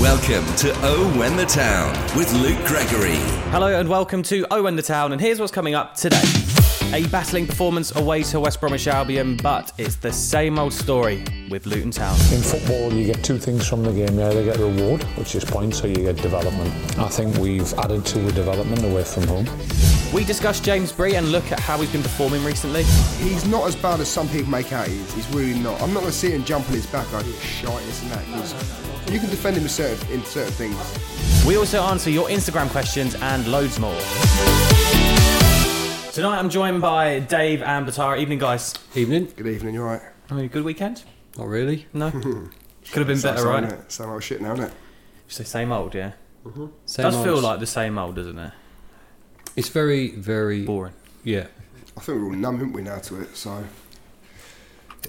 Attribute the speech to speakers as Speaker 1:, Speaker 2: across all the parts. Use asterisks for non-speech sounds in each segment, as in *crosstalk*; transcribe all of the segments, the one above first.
Speaker 1: Welcome to Oh When the Town with Luke Gregory.
Speaker 2: Hello and welcome to Owen the Town, and here's what's coming up today. A battling performance away to West Bromwich Albion, but it's the same old story with Luton Town.
Speaker 3: In football, you get two things from the game. You either get reward, which is points, or you get development. I think we've added to the development away from home.
Speaker 2: We discuss James Bree and look at how he's been performing recently.
Speaker 4: He's not as bad as some people make out he is. He's really not. I'm not going to see him jump on his back like he's shite, this and that. 'cause You can defend him in certain, in certain things.
Speaker 2: We also answer your Instagram questions and loads more. Tonight I'm joined by Dave and Batara. Evening, guys.
Speaker 5: Evening.
Speaker 4: Good evening, you're right.
Speaker 2: Having a good weekend?
Speaker 5: Not really.
Speaker 2: No? Could have been better,
Speaker 4: Same,
Speaker 2: right?
Speaker 4: innit? Same old shit now, isn't it?
Speaker 2: So same old, yeah.
Speaker 5: Same
Speaker 2: Does
Speaker 5: old.
Speaker 2: feel like the same old, doesn't it?
Speaker 5: it's very, very
Speaker 2: Boring.
Speaker 5: yeah.
Speaker 4: I think we're all numb, aren't we, now to it? So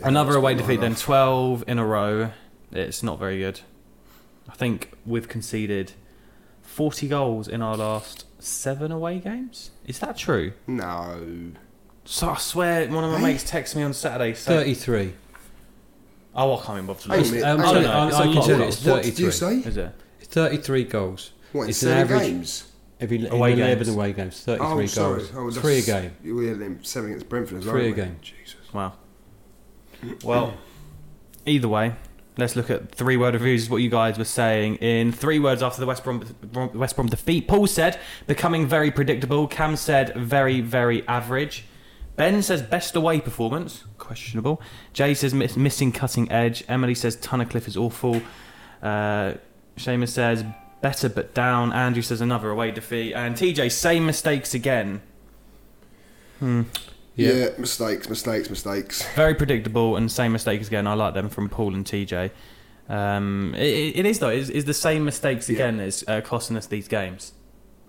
Speaker 2: Another
Speaker 4: it's
Speaker 2: away
Speaker 4: not
Speaker 2: defeat then,
Speaker 4: enough.
Speaker 2: 12 in a row. It's not very good. I think we've conceded 40 goals in our last seven away games. Is that true?
Speaker 4: no,
Speaker 2: So I swear one of my mates texted me on Saturday saying,
Speaker 5: Thirty-three.
Speaker 2: Oh, I can't remember off the
Speaker 4: Hey,
Speaker 2: list.
Speaker 4: mate.
Speaker 5: Um,
Speaker 4: I
Speaker 5: sorry,
Speaker 2: don't know.
Speaker 5: I,
Speaker 2: It's
Speaker 5: I
Speaker 2: a
Speaker 5: can
Speaker 2: lot.
Speaker 5: tell you, it's
Speaker 4: what
Speaker 5: thirty-three.
Speaker 4: did you say?
Speaker 2: Is it?
Speaker 5: It's thirty-three goals.
Speaker 4: What in
Speaker 5: it's
Speaker 4: seven games?
Speaker 5: If you,
Speaker 2: Away
Speaker 5: away in
Speaker 2: games.
Speaker 5: eleven away games, thirty-three
Speaker 4: Oh,
Speaker 5: goals.
Speaker 4: sorry. Oh,
Speaker 5: Three a
Speaker 4: that's-
Speaker 5: game.
Speaker 4: We had them seven against Brentford as well.
Speaker 5: Three a
Speaker 4: didn't we?
Speaker 5: game.
Speaker 4: Jesus.
Speaker 2: Wow. Well, either way, let's look at three word reviews. Is what you guys were saying in three words after the West Brom, Brom- West Brom defeat. Paul said becoming very predictable. Cam said very very average. Ben says best away performance questionable. Jay says miss, missing cutting edge. Emily says Tunnicliffe is awful. Uh, Seamus says better but down. Andrew says another away defeat. And TJ same mistakes again.
Speaker 5: Yeah.
Speaker 4: Yeah. mistakes, mistakes, mistakes.
Speaker 2: Very predictable and same mistakes again. I like them from Paul and TJ. Um, it- it, it is though. It's, it's the same mistakes
Speaker 4: Yeah.
Speaker 2: again that's uh, costing us these games.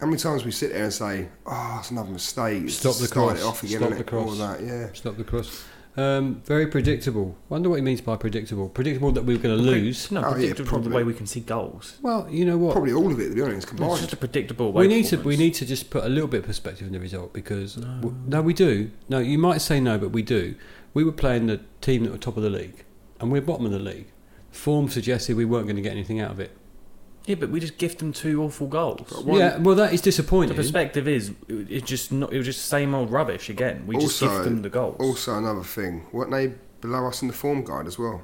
Speaker 4: How many times we sit there and say, "Oh, it's another mistake." It's
Speaker 5: Stop the
Speaker 4: started
Speaker 5: cross.
Speaker 4: it off again,
Speaker 5: Stop
Speaker 4: innit?
Speaker 5: the cross.
Speaker 4: All that, yeah.
Speaker 5: Stop the cross. Um, very predictable. Wonder what he means by predictable. Predictable that we were going to lose.
Speaker 2: No,
Speaker 4: Oh, yeah,
Speaker 2: predictable the
Speaker 4: probably.
Speaker 2: way we can see goals.
Speaker 5: Well, you know what?
Speaker 4: Probably all of it, to be honest,
Speaker 2: It's just
Speaker 4: combined.
Speaker 2: a predictable way.
Speaker 5: We need to we
Speaker 2: performance.
Speaker 5: need to just put a little bit of perspective in the result because w- no. we do. No, you might say no, but we do. We were playing the team that were top of the league, and we're bottom of the league. Form suggested we weren't going to get anything out of it.
Speaker 2: Yeah, but we just gift them two awful goals.
Speaker 5: yeah, well, that is
Speaker 2: The
Speaker 5: disappointing.
Speaker 2: perspective is it it just not. It was just same old rubbish again. We just
Speaker 4: Also-
Speaker 2: gift them the goals.
Speaker 4: Also, another thing, weren't they below us in the form guide as well?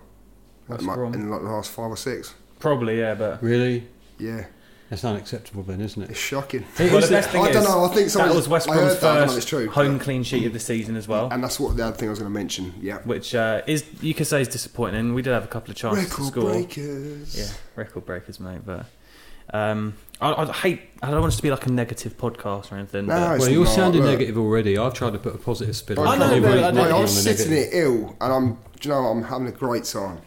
Speaker 2: That's
Speaker 4: Like,
Speaker 2: wrong.
Speaker 4: In like the last five or six.
Speaker 2: Probably yeah, but
Speaker 5: really,
Speaker 4: Yeah,
Speaker 5: that's unacceptable, then, isn't
Speaker 4: it's
Speaker 5: it?
Speaker 4: shocking.
Speaker 2: Well, the best thing
Speaker 4: I
Speaker 2: is,
Speaker 4: don't know. I think
Speaker 2: that
Speaker 4: someone
Speaker 2: was West
Speaker 4: I heard
Speaker 2: Brom's
Speaker 4: that, I don't know if
Speaker 2: first
Speaker 4: it's true,
Speaker 2: home
Speaker 4: but-
Speaker 2: clean sheet of the season as well.
Speaker 4: and that's what the other thing I was going to mention. Yeah,
Speaker 2: which uh, is you could say is disappointing. And we did have a couple of chances to
Speaker 4: record
Speaker 2: score.
Speaker 4: breakers.
Speaker 2: Yeah, record breakers, mate. But um, I, I hate. I don't want this to be like a negative podcast or anything.
Speaker 4: No,
Speaker 2: but
Speaker 4: it's
Speaker 5: Well, you're
Speaker 4: not,
Speaker 5: sounding
Speaker 4: look.
Speaker 5: negative already. I've tried to put a positive spin. on
Speaker 4: I
Speaker 5: it.
Speaker 2: know,
Speaker 5: You've
Speaker 2: but
Speaker 5: already
Speaker 2: I
Speaker 4: know,
Speaker 2: don't-
Speaker 5: gone
Speaker 4: mate,
Speaker 5: on
Speaker 4: I'm
Speaker 5: the
Speaker 4: sitting
Speaker 5: negative.
Speaker 4: here ill, and I'm, do you know, I'm having a great time.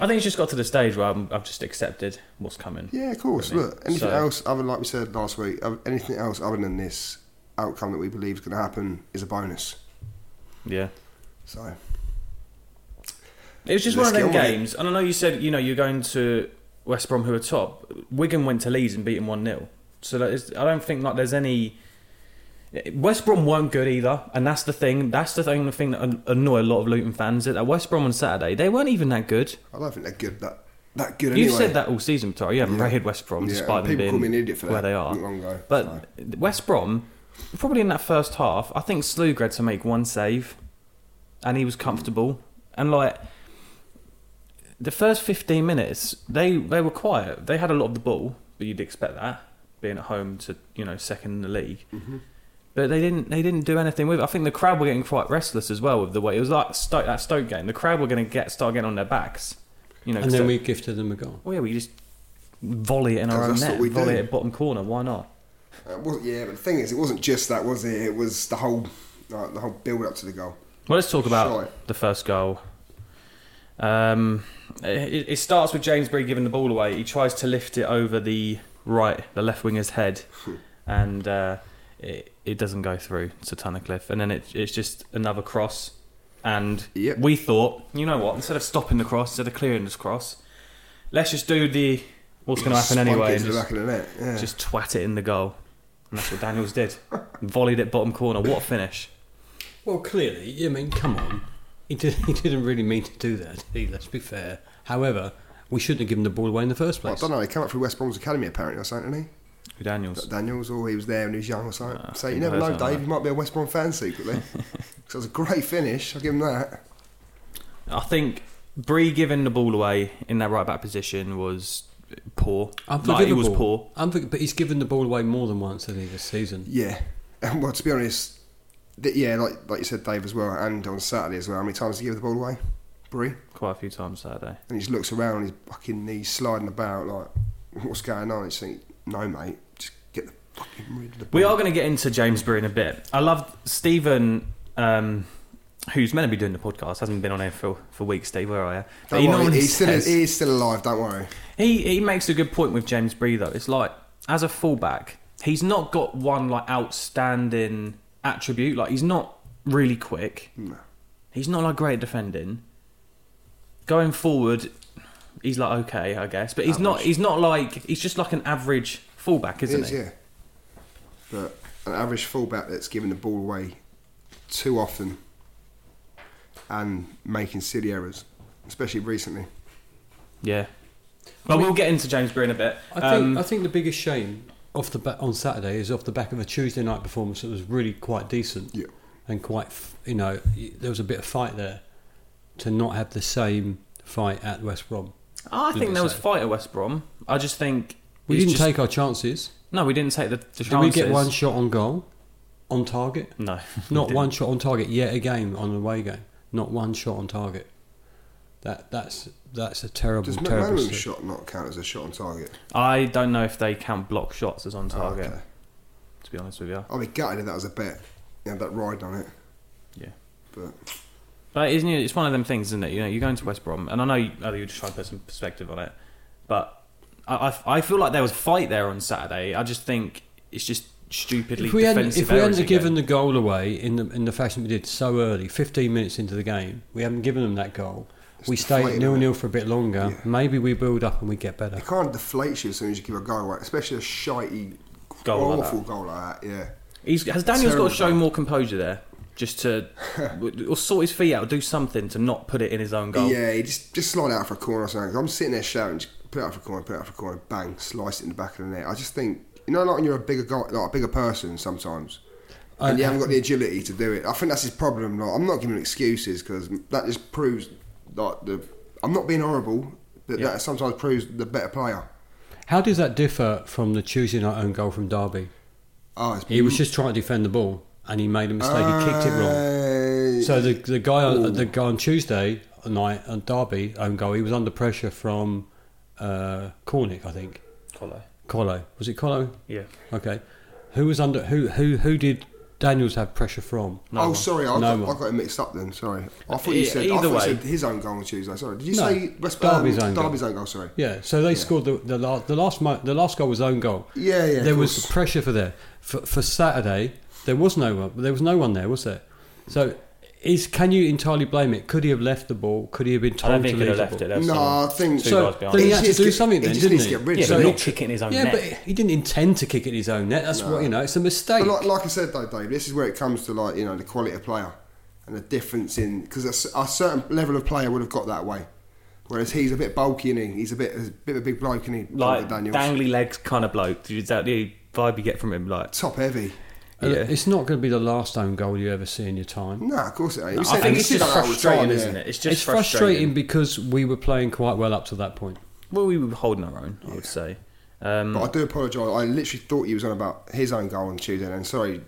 Speaker 2: I think it's just got to the stage where I'm, I've just accepted what's coming.
Speaker 4: Yeah, of course.
Speaker 2: Really.
Speaker 4: Look, anything
Speaker 2: So-
Speaker 4: else other like we said last week, oth- anything else other than this outcome that we believe is going to happen is a bonus.
Speaker 2: Yeah.
Speaker 4: So
Speaker 2: It was just
Speaker 4: Let's
Speaker 2: one of them
Speaker 4: get on with it.
Speaker 2: games, and I know you said you know you're going to West Brom who are top. Wigan went to Leeds and beat them one 0 So that is, I don't think like there's any. West Brom weren't good either, and that's the thing. That's the thing. The thing that an- annoy a lot of Luton fans is that West Brom on Saturday they weren't even that good.
Speaker 4: I don't think they're good that that good.
Speaker 2: You've
Speaker 4: anyway.
Speaker 2: said that all season, Tara. You haven't
Speaker 4: Yeah.
Speaker 2: rated West Brom
Speaker 4: Yeah,
Speaker 2: despite them
Speaker 4: people
Speaker 2: being
Speaker 4: call me an idiot for
Speaker 2: where
Speaker 4: that
Speaker 2: they are.
Speaker 4: not long ago,
Speaker 2: but West Brom, probably in that first half, I think Slugger had to make one save, and he was comfortable. And like the first fifteen minutes, they they were quiet. They had a lot of the ball, but you'd expect that being at home to you know second in the league.
Speaker 4: Mm-hmm.
Speaker 2: But they didn't. They didn't do anything with it. I think the crowd were getting quite restless as well with the way it was like Stoke, that Stoke game. The crowd were going to get start getting on their backs, you know.
Speaker 5: And
Speaker 2: 'cause
Speaker 5: then
Speaker 2: they-
Speaker 5: we gifted them a goal.
Speaker 2: well, Oh, yeah, we just volley it in our
Speaker 4: Yeah,
Speaker 2: own
Speaker 4: that's
Speaker 2: net,
Speaker 4: what we
Speaker 2: volley
Speaker 4: do.
Speaker 2: it bottom corner. Why not?
Speaker 4: It wasn't- yeah, but the thing is, it wasn't just that, was it? It was the whole like, the whole build up to the goal.
Speaker 2: Well, let's talk about
Speaker 4: Sure.
Speaker 2: the first goal. Um, it, it starts with Jamesbury giving the ball away. He tries to lift it over the right, the left winger's head, and uh, it, it doesn't go through to Tunnicliffe. And then it, it's just another cross. And
Speaker 4: Yep.
Speaker 2: we thought, you know what? Instead of stopping the cross, instead of clearing this cross, let's just do the what's going to happen
Speaker 4: Spunk it
Speaker 2: anyway.
Speaker 4: to
Speaker 2: and
Speaker 4: the
Speaker 2: just-
Speaker 4: back of the net. Yeah.
Speaker 2: just twat it in the goal. And that's what
Speaker 4: *laughs*
Speaker 2: Daniels did. Volleyed it bottom corner. What a finish.
Speaker 5: Well, clearly, I mean, come on. He, did, *laughs* he didn't really mean to do that, did he? Let's be fair. However, we shouldn't have given the ball away in the first
Speaker 4: Well, I
Speaker 5: place.
Speaker 4: don't know. He came up through West Brom's academy apparently, or something, didn't he?
Speaker 2: Who Daniels?
Speaker 4: Daniels, or he was there when he was young, or something.
Speaker 2: Ah,
Speaker 4: so
Speaker 2: I
Speaker 4: you
Speaker 2: think
Speaker 4: never
Speaker 2: I heard
Speaker 4: know,
Speaker 2: something
Speaker 4: Dave.
Speaker 2: like
Speaker 4: You might be a West Brom fan secretly.
Speaker 2: *laughs*
Speaker 4: so it's a great finish. I'll give him that.
Speaker 2: I think Bree giving the ball away in that right back position was poor. Like, it was poor.
Speaker 5: Unforg- but he's given the ball away more than once, hasn't he, this season?
Speaker 4: Yeah. *laughs* well, to be honest, th- yeah, like like you said, Dave as well, and on Saturday as well. How many times did he give the ball away, Bree?
Speaker 2: Quite a few times Saturday.
Speaker 4: And he just looks around, and his fucking knees sliding about, like *laughs* what's going on? And just think, no, mate, just get the fucking rid of the ball.
Speaker 2: We are going to get into Jamesbury in a bit. I love Stephen, um, who's meant to be doing the podcast, hasn't been on here for, for weeks. Steve, where are you? But
Speaker 4: Don't worry,
Speaker 2: normally
Speaker 4: he's still
Speaker 2: says-
Speaker 4: he is still alive. Don't worry.
Speaker 2: He he makes a good point with James Bree though. It's like as a fullback, he's not got one like outstanding attribute. Like he's not really quick.
Speaker 4: No.
Speaker 2: He's not like great at defending. Going forward, he's like okay, I guess, but he's not. He's not like he's just like an average fullback, isn't
Speaker 4: It is,
Speaker 2: he?
Speaker 4: yeah. But an average fullback that's giving the ball away too often and making silly errors, especially recently.
Speaker 2: Yeah. But we'll get into James Bree in a bit.
Speaker 5: I think,
Speaker 2: Um,
Speaker 5: I think the biggest shame off the ba- on Saturday is off the back of a Tuesday night performance that was really quite decent
Speaker 4: Yeah.
Speaker 5: and quite, f- you know, y- there was a bit of fight there to not have the same fight at West Brom.
Speaker 2: I think there was
Speaker 5: so.
Speaker 2: fight at West Brom. I just think
Speaker 5: We
Speaker 2: it's
Speaker 5: didn't
Speaker 2: just-
Speaker 5: take our chances.
Speaker 2: No, we didn't take the, the chances.
Speaker 5: Did we get one shot on goal? On target?
Speaker 2: No, we
Speaker 5: *laughs* Not
Speaker 2: didn't.
Speaker 5: one shot on target yet again on the away game. Not one shot on target. That that's that's a terrible
Speaker 4: Does
Speaker 5: terrible.
Speaker 4: McManaman's
Speaker 5: stat.
Speaker 4: shot not count as a shot on target?
Speaker 2: I don't know if they count block shots as on
Speaker 4: Oh,
Speaker 2: target.
Speaker 4: okay.
Speaker 2: To be honest with you,
Speaker 4: I'd be Oh, gutted if that was a bet. You had that ride on it.
Speaker 2: yeah.
Speaker 4: But
Speaker 2: But isn't it, it's one of them things, isn't it? You know, you're going to West Brom, and I know you, oh, you're just trying to put some perspective on it, but I, I, I feel like there was fight there on Saturday. I just think it's just stupidly
Speaker 5: If we hadn't,
Speaker 2: defensive
Speaker 5: if we
Speaker 2: errors
Speaker 5: hadn't have
Speaker 2: again.
Speaker 5: given the goal away in the in the fashion we did so early, fifteen minutes into the game, we haven't given them that goal. we stay
Speaker 4: deflating,
Speaker 5: at nil nil for a bit longer. Maybe we build up and we get better.
Speaker 4: it kind of deflates you as soon as you give a goal away, especially a shitey,
Speaker 2: Goal like
Speaker 4: awful goal like that. Yeah.
Speaker 2: He's, has Daniel's got
Speaker 4: Terrible
Speaker 2: to show
Speaker 4: goal.
Speaker 2: more composure there, just
Speaker 5: *laughs*
Speaker 2: to or sort his feet out, do something to not put it in his own goal.
Speaker 4: Yeah, he just just slide out for a corner or something. I'm sitting there shouting, just put it out for a corner, put it out for a corner, bang, slice it in the back of the net. I just think, you know, like when you're a bigger guy, like a bigger person sometimes, and you haven't got the agility to do it. I think that's his problem. Like, I'm not giving excuses because that just proves like the. I'm not being horrible, but
Speaker 2: Yeah.
Speaker 4: that sometimes proves the better player.
Speaker 5: How does that differ from the Tuesday night own goal from Derby?
Speaker 4: Oh, it's
Speaker 5: He was just trying to defend the ball and he made a mistake. he kicked it wrong.
Speaker 4: wrong.
Speaker 5: So the the guy on, the guy on Tuesday night on Derby own goal, he was under pressure from uh, Cornick, I think.
Speaker 2: Colo.
Speaker 5: Colo was it Colo?
Speaker 2: Yeah.
Speaker 5: Okay, who was under who who who did Daniels have pressure from?
Speaker 4: oh, sorry, I,
Speaker 5: No
Speaker 4: got,
Speaker 5: one.
Speaker 4: I got it mixed up then. Sorry, I thought you
Speaker 2: E-
Speaker 4: said. I
Speaker 2: either
Speaker 4: thought you
Speaker 2: way.
Speaker 4: said his own goal on Tuesday. Sorry, did you
Speaker 5: No,
Speaker 4: say West
Speaker 5: Derby's
Speaker 4: um,
Speaker 5: own goal.
Speaker 4: Derby's own goal. Sorry.
Speaker 5: Yeah, so they scored the the last the last mo- the last goal was own goal.
Speaker 4: Yeah, yeah, of
Speaker 5: There was
Speaker 4: course.
Speaker 5: pressure for there for for Saturday. There was no one. There was no one there, was there? So. Is can you entirely blame it? Could he have left the ball? Could he have been
Speaker 2: I
Speaker 5: told
Speaker 2: don't think
Speaker 5: to
Speaker 2: he
Speaker 5: leave
Speaker 2: could have left
Speaker 5: the
Speaker 2: it.
Speaker 5: ball?
Speaker 2: There was
Speaker 4: No,
Speaker 2: someone-
Speaker 4: I think-
Speaker 2: two
Speaker 5: So
Speaker 2: guys behind.
Speaker 5: then he
Speaker 4: He
Speaker 5: had to
Speaker 4: just
Speaker 5: do
Speaker 4: get-
Speaker 5: something
Speaker 4: he
Speaker 5: then,
Speaker 4: just
Speaker 5: didn't
Speaker 4: needs to
Speaker 5: he?
Speaker 4: get rid of
Speaker 2: Yeah,
Speaker 4: it.
Speaker 5: So
Speaker 2: but
Speaker 5: he-
Speaker 2: not kicking his own
Speaker 5: yeah,
Speaker 2: net.
Speaker 5: but he didn't intend to kick it his own net. That's what you know. It's a mistake.
Speaker 4: But like, like I said though, Dave, this is where it comes to like you know the quality of player and the difference in because a, s- a certain level of player would have got that way, whereas he's a bit bulky and he? he's a bit a bit of a big bloke and he
Speaker 2: like
Speaker 4: Daniels
Speaker 2: dangly legs kind of bloke. Is that the vibe you get from him? Like,
Speaker 4: top heavy.
Speaker 5: Uh,
Speaker 2: Yeah.
Speaker 5: It's not going to be the last own goal you ever see in your time.
Speaker 4: No, of course it ain't. We
Speaker 2: I
Speaker 4: said-
Speaker 2: think
Speaker 4: we
Speaker 2: it's
Speaker 4: said
Speaker 2: just
Speaker 4: that all the
Speaker 2: frustrating,
Speaker 4: time,
Speaker 2: isn't
Speaker 4: yeah.
Speaker 2: it? It's just
Speaker 5: it's frustrating because we were playing quite well up to that point.
Speaker 2: Well, we were holding our own, I would say. Um,
Speaker 4: But I do apologise. I literally thought he was on about his own goal on Tuesday. And sorry,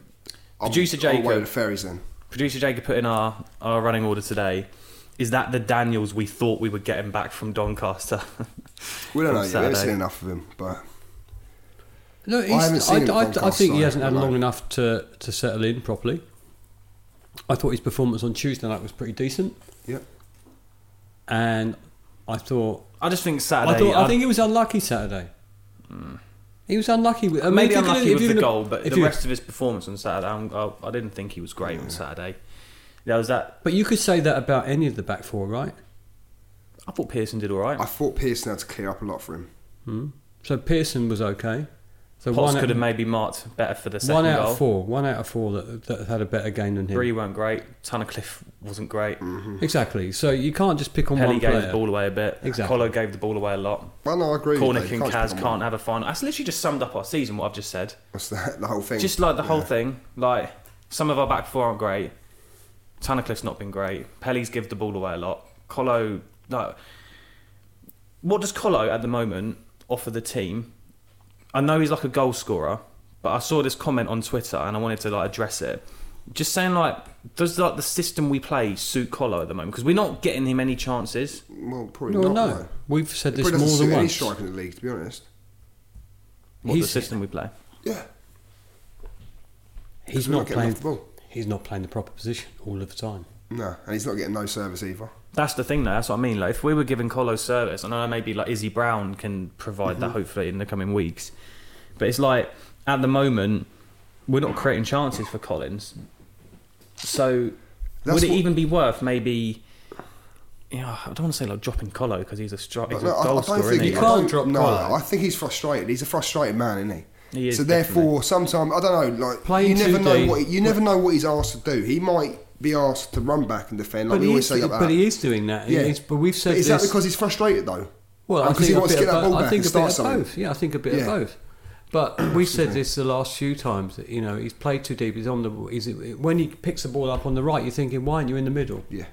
Speaker 4: I'm
Speaker 2: Producer
Speaker 4: I'm away
Speaker 2: Jacob.
Speaker 4: with the ferries then.
Speaker 2: Producer Jacob put in our, our running order today. Is that the Daniels we thought we were getting back from Doncaster?
Speaker 4: We don't
Speaker 2: on
Speaker 4: know yet. We haven't
Speaker 2: Saturday?
Speaker 4: seen enough of him, but
Speaker 5: No, he's,
Speaker 4: haven't seen him at
Speaker 5: I, I
Speaker 4: Doncaster,
Speaker 5: think he
Speaker 4: so
Speaker 5: hasn't
Speaker 4: I
Speaker 5: had
Speaker 4: don't
Speaker 5: long
Speaker 4: know.
Speaker 5: enough to, to settle in properly. I thought his performance on Tuesday night was pretty decent.
Speaker 4: yeah.
Speaker 5: and I thought
Speaker 2: I just think
Speaker 5: I
Speaker 2: Saturday. uh,
Speaker 5: thought I
Speaker 2: I'd-
Speaker 5: think it was unlucky Saturday. He was unlucky. With, I mean, if
Speaker 2: maybe
Speaker 5: you're
Speaker 2: unlucky
Speaker 5: gonna- if
Speaker 2: with
Speaker 5: you're
Speaker 2: the
Speaker 5: gonna-
Speaker 2: goal, but
Speaker 5: if
Speaker 2: the
Speaker 5: you're-
Speaker 2: rest of his performance on Saturday, I'm, I, I didn't think he was great on Saturday. There was that.
Speaker 5: But you could say that about any of the back four, right?
Speaker 2: I thought Pearson did all right.
Speaker 4: I thought Pearson had to clear up a lot for him.
Speaker 5: Hmm. So Pearson was okay. So
Speaker 2: Potts
Speaker 5: out-
Speaker 2: could have maybe marked better for the second
Speaker 5: one out
Speaker 2: goal.
Speaker 5: of four. One out of four that, that had a better game than him.
Speaker 2: Bree weren't great. Tunnicliffe wasn't great.
Speaker 4: Mm-hmm.
Speaker 5: Exactly. So you can't just pick on
Speaker 2: Pelly
Speaker 5: one
Speaker 2: gave
Speaker 5: player.
Speaker 2: the ball away a bit.
Speaker 5: Exactly.
Speaker 2: Colo gave the ball away a lot.
Speaker 4: Well, no, I agree. with
Speaker 2: Cornick
Speaker 4: you,
Speaker 2: and
Speaker 4: you
Speaker 2: Kaz
Speaker 4: just pick on
Speaker 2: can't
Speaker 4: one.
Speaker 2: have a final. That's literally just summed up our season. What I've just said.
Speaker 4: What's that? The whole thing.
Speaker 2: Just like the whole
Speaker 4: Yeah.
Speaker 2: thing. Like some of our back four aren't great. Tunnicliffe's not been great. Pelly's give the ball away a lot. Colo, no. What does Colo at the moment offer the team? I know he's like a goal scorer, but I saw this comment on Twitter and I wanted to like address it. Just saying, like, does like the system we play suit Colo at the moment? Because we're not getting him any chances.
Speaker 4: Well, probably
Speaker 5: No,
Speaker 4: not.
Speaker 5: no.
Speaker 4: though.
Speaker 5: We've said
Speaker 4: It
Speaker 5: this
Speaker 4: probably
Speaker 5: more
Speaker 4: doesn't
Speaker 5: than
Speaker 4: suit any
Speaker 5: once.
Speaker 4: striker in the league, to be honest.
Speaker 2: What
Speaker 5: He's-
Speaker 2: the system we play?
Speaker 4: Yeah,
Speaker 5: He's
Speaker 4: We're
Speaker 5: not
Speaker 4: not getting
Speaker 5: playing.
Speaker 4: off the ball.
Speaker 5: He's not playing the proper position all of the time.
Speaker 4: no, and he's not getting no service either.
Speaker 2: That's the thing, though. That's what I mean. Like, if we were giving Colo service, and I know maybe like Izzy Brown can provide
Speaker 4: Mhm.
Speaker 2: that hopefully in the coming weeks, but it's like at the moment we're not creating chances for Collins. So
Speaker 4: That's
Speaker 2: would it
Speaker 4: what-
Speaker 2: even be worth maybe? Yeah, I don't want to say like dropping Colo because he's a stri- he's
Speaker 4: But no,
Speaker 2: a goal
Speaker 4: I, I don't
Speaker 2: scorer.
Speaker 4: think
Speaker 2: isn't he?
Speaker 5: You can't
Speaker 4: I don't-
Speaker 5: drop
Speaker 4: No,
Speaker 5: Colo.
Speaker 4: I think he's frustrated. He's a frustrated man, isn't he?
Speaker 2: He is,
Speaker 4: so therefore, sometimes I don't know. Like
Speaker 5: Playing
Speaker 4: you never
Speaker 5: too
Speaker 4: know
Speaker 5: deep.
Speaker 4: what he, you never know what he's asked to do. He might be asked to run back and defend. Like
Speaker 5: but,
Speaker 4: we
Speaker 5: he
Speaker 4: always
Speaker 5: is,
Speaker 4: say about
Speaker 5: but
Speaker 4: that.
Speaker 5: he is doing that.
Speaker 4: Yeah.
Speaker 5: It's- but we've said
Speaker 4: But is
Speaker 5: this.
Speaker 4: that because he's frustrated though?
Speaker 5: Well, I
Speaker 4: Because
Speaker 5: think
Speaker 4: he
Speaker 5: a
Speaker 4: wants to
Speaker 5: bit
Speaker 4: get
Speaker 5: of
Speaker 4: that
Speaker 5: bo-
Speaker 4: ball
Speaker 5: I
Speaker 4: back and
Speaker 5: think a
Speaker 4: start
Speaker 5: bit of
Speaker 4: something.
Speaker 5: both. Yeah, I think a bit of
Speaker 4: Yeah.
Speaker 5: both.
Speaker 4: *coughs*
Speaker 5: But we've said this the last few times that you know he's played too deep. He's on the he's, when he picks the ball up on the right, you're thinking why aren't you in the middle?
Speaker 4: Yeah,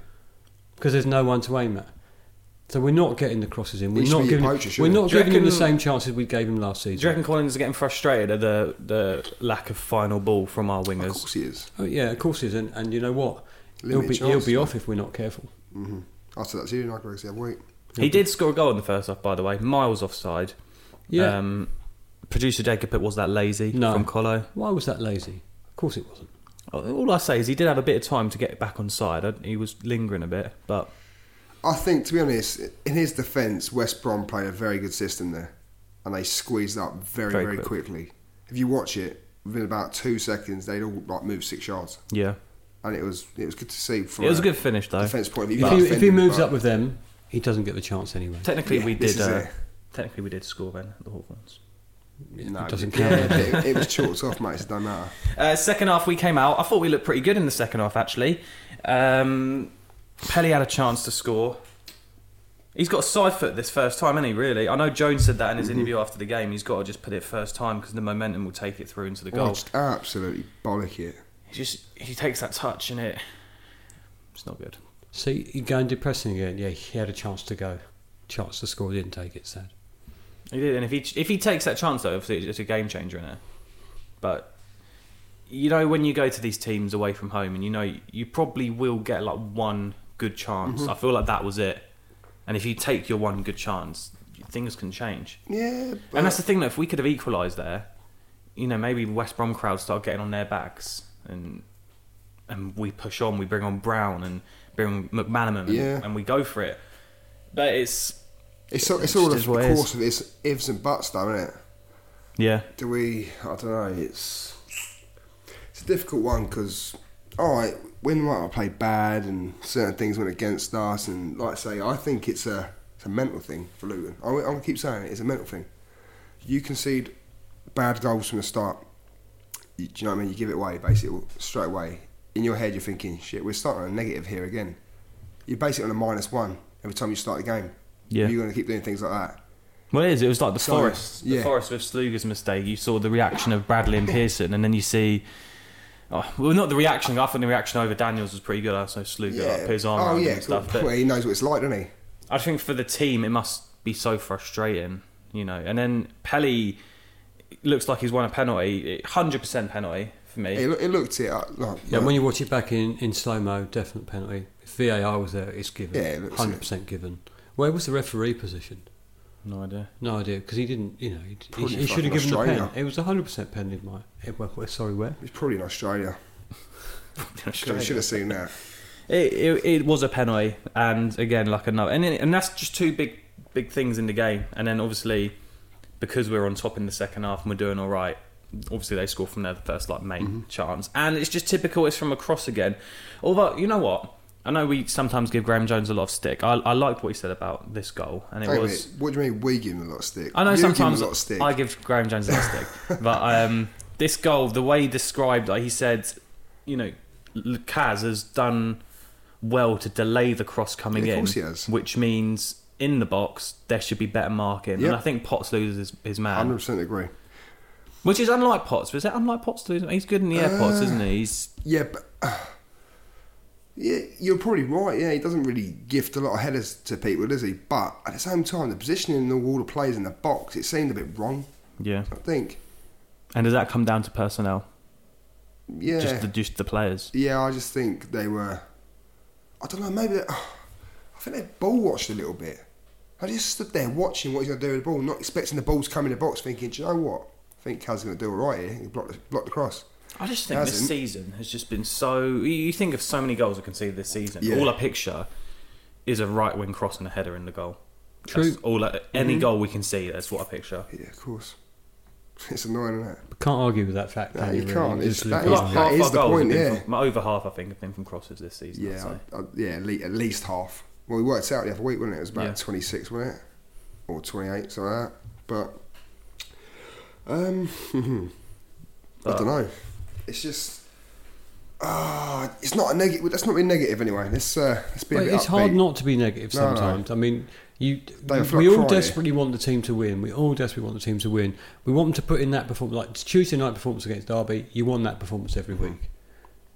Speaker 5: Because there's no one to aim at. So we're not getting the crosses in. We're
Speaker 4: He should
Speaker 5: not
Speaker 4: be a
Speaker 5: giving.
Speaker 4: poacher,
Speaker 5: we're
Speaker 4: shouldn't he?
Speaker 5: not
Speaker 2: Do you
Speaker 5: giving him the
Speaker 2: reckon-
Speaker 5: same chances we gave him last
Speaker 2: Do you
Speaker 5: season.
Speaker 2: reckon Collins is getting frustrated at the the lack of final ball from our
Speaker 4: of
Speaker 2: wingers?
Speaker 4: course he is.
Speaker 5: Oh, yeah, of course he is. And, and you know what? He'll
Speaker 4: Limited
Speaker 5: be, he'll
Speaker 4: chances,
Speaker 5: be off if we're not
Speaker 4: I
Speaker 5: careful.
Speaker 4: said Mm-hmm. that to you, and I agree with you the other week.
Speaker 2: He did score a goal in the first half, by the way. Miles offside.
Speaker 5: Yeah.
Speaker 2: Um, Producer Jacob was that lazy
Speaker 5: No.
Speaker 2: from Colo.
Speaker 5: Why was that lazy? Of course it wasn't.
Speaker 2: All I say is he did have a bit of time to get back on side. I- He was lingering a bit, but
Speaker 4: I think, to be honest, in his defence, West Brom played a very good system there, and they squeezed up very,
Speaker 2: Very
Speaker 4: very,
Speaker 2: quick.
Speaker 4: quickly. If you watch it, within about two seconds, they'd all like move six yards,
Speaker 2: yeah,
Speaker 4: and it was it was good to see. From
Speaker 2: it was a good finish though.
Speaker 4: defence point of view.
Speaker 5: If
Speaker 4: But-
Speaker 5: he, if he moves
Speaker 4: but-
Speaker 5: up with them, he doesn't get the chance anyway.
Speaker 2: Technically,
Speaker 4: Yeah,
Speaker 2: we
Speaker 4: this
Speaker 2: did.
Speaker 4: is
Speaker 2: Uh,
Speaker 4: it.
Speaker 2: technically, we did score then at the Hawthorns.
Speaker 4: no,
Speaker 5: it doesn't
Speaker 4: it,
Speaker 5: count.
Speaker 4: *laughs* it, it was chalked off, mate. It doesn't matter.
Speaker 2: Uh, second half, we came out. I thought we looked pretty good in the second half actually. Um, Pelly had a chance to score. He's got a side foot this first time, hasn't he? Really, I know Jones said that in his
Speaker 4: Mm-hmm.
Speaker 2: interview after the game. He's got to just put it first time because the momentum will take it through into the goal.
Speaker 4: Oh, just absolutely bollock it.
Speaker 2: He just he takes that touch and it. It's not good.
Speaker 5: See, you're going depressing again. Yeah, he had a chance to go. Chance to score, didn't take it, sad.
Speaker 2: He did, and if he if he takes that chance though, obviously it's a game changer in it. But you know when you go to these teams away from home, and you know you probably will get like one good chance.
Speaker 4: Mm-hmm.
Speaker 2: I feel like that was it. And if you take your one good chance, things can change.
Speaker 4: Yeah, but
Speaker 2: and that's the thing that if we could have equalised there, you know maybe West Brom crowd start getting on their backs and and we push on. We bring on Brown and bring McManaman, and,
Speaker 4: Yeah.
Speaker 2: and we go for it. But it's
Speaker 4: it's, all- it's
Speaker 2: It
Speaker 4: all
Speaker 2: just
Speaker 4: of
Speaker 2: is
Speaker 4: the
Speaker 2: what it is.
Speaker 4: course of this ifs and buts, though, isn't it?
Speaker 2: yeah.
Speaker 4: Do we? I don't know. It's it's a difficult one because all right, we might have played bad and certain things went against us, and like I say, I think it's a it's a mental thing for Luton. I, I'm gonna keep saying it. It's a mental thing. You concede bad goals from the start. You, do you know what I mean? You give it away basically straight away. In your head, you're thinking, shit, we're starting on a negative here again. You're basically on a minus one every time you start the game.
Speaker 2: Yeah.
Speaker 4: You're going to keep doing things like that.
Speaker 2: Well, it is. It was like the
Speaker 4: Sorry.
Speaker 2: forest. The
Speaker 4: Yeah.
Speaker 2: forest with Sluga's mistake. You saw the reaction of Bradley and Pearson, and then you see. Oh, well, not the reaction. I thought the reaction over Daniels was pretty good. I saw Sluga like, put his arm around
Speaker 4: oh,
Speaker 2: him
Speaker 4: yeah.
Speaker 2: and stuff.
Speaker 4: cool.
Speaker 2: But
Speaker 4: well, he knows what it's like, doesn't he?
Speaker 2: I think for the team, it must be so frustrating, you know. And then Pelly looks like he's won a penalty, hundred percent penalty for me.
Speaker 4: It, loo- it looked it. Uh, like,
Speaker 5: Yeah, when you watch it back in, in slow mo, definite penalty. If VAR was there, it's given.
Speaker 4: Yeah, it looks
Speaker 5: 100% given. Where was the referee position?
Speaker 2: no idea.
Speaker 5: No idea, because he didn't, you know, he, he,
Speaker 4: Probably
Speaker 5: he should
Speaker 4: fucking
Speaker 5: have given the pen.
Speaker 4: Australia.
Speaker 5: It was 100% pen in my. eh, well, well, sorry, where?
Speaker 4: it's probably in Australia. 'cause we should have seen that.
Speaker 2: it, it, it was a penalty, and again, like another, and it, and that's just two big big things in the game. And then obviously, because we are on top in the second half and we're doing all right, obviously they score from their first like main chance, and it's just typical. It's from a cross again. Although you know what, I know we sometimes give Graham Jones a lot of stick. I, I liked what he said about this goal, and it
Speaker 4: Hang on a
Speaker 2: was.
Speaker 4: minute, What do you mean we give him a lot of stick?
Speaker 2: I know
Speaker 4: you give
Speaker 2: sometimes
Speaker 4: him a lot of stick.
Speaker 2: I give Graham Jones a lot of
Speaker 4: *laughs*
Speaker 2: stick, but um, this goal, the way he described it, he said, you know, L- Kaz has done well to delay the cross coming
Speaker 4: Yeah, of
Speaker 2: in,
Speaker 4: course he has.
Speaker 2: which means in the box there should be better marking,
Speaker 4: Yep.
Speaker 2: and I think Potts loses his, his man,
Speaker 4: Hundred percent agree.
Speaker 2: which is unlike Potts. Was that unlike Potts to lose? He's good in the air,
Speaker 4: Uh,
Speaker 2: Potts, isn't he? He's
Speaker 4: Yeah, but *sighs* yeah, you're probably right. Yeah, he doesn't really gift a lot of headers to people, does he? But at the same time, the positioning and all the players in the box, it seemed a bit wrong.
Speaker 2: yeah.
Speaker 4: I think.
Speaker 2: And does that come down to personnel?
Speaker 4: Yeah,
Speaker 2: Just the, just the players.
Speaker 4: yeah. I just think they were. I don't know. Maybe *sighs* they, I think they ball watched a little bit. I just stood there watching what he's going to do with the ball, not expecting the ball to come in the box, thinking, do you know what? I think Kaz's going to do all right here. He blocked the, blocked the cross.
Speaker 2: I just think this
Speaker 4: Hasn't.
Speaker 2: season has just been so. you- You think of so many goals I can see this season.
Speaker 4: Yeah.
Speaker 2: All I picture is a right wing cross and a header in the goal.
Speaker 5: True. Mm-hmm.
Speaker 2: That's all I, any goal we can see, that's what I picture.
Speaker 4: Yeah, of course. *laughs* It's annoying, isn't it?
Speaker 5: Can't argue with that fact.
Speaker 4: No,
Speaker 5: can
Speaker 4: you
Speaker 5: really?
Speaker 4: can't.
Speaker 5: Just
Speaker 4: It's-
Speaker 5: look
Speaker 4: that is-
Speaker 5: at
Speaker 2: half
Speaker 5: it.
Speaker 4: that
Speaker 2: our
Speaker 4: is the
Speaker 2: goals have
Speaker 4: point,
Speaker 2: been
Speaker 4: yeah.
Speaker 2: From, over half, I think, have been from crosses this season. I'd
Speaker 4: Yeah,
Speaker 2: say.
Speaker 4: I, I, yeah, at le- at least half. Well, we worked it out the other week, wasn't it? It was about
Speaker 2: Yeah.
Speaker 4: 26, wasn't it? Or 28, something like that. But, um, *laughs* I
Speaker 2: But-
Speaker 4: don't know. It's just, ah, it's not a negative. That's not really negative anyway. Let's, uh, let's be
Speaker 5: Well,
Speaker 4: a bit
Speaker 5: it's
Speaker 4: upbeat.
Speaker 5: hard not to be negative
Speaker 4: No, no.
Speaker 5: sometimes. I mean, you
Speaker 4: They were like
Speaker 5: we all
Speaker 4: crying.
Speaker 5: desperately want the team to win. We all desperately want the team to win. We want them to put in that performance, like Tuesday night performance against Derby. You want that performance every
Speaker 4: Mm-hmm.
Speaker 5: week.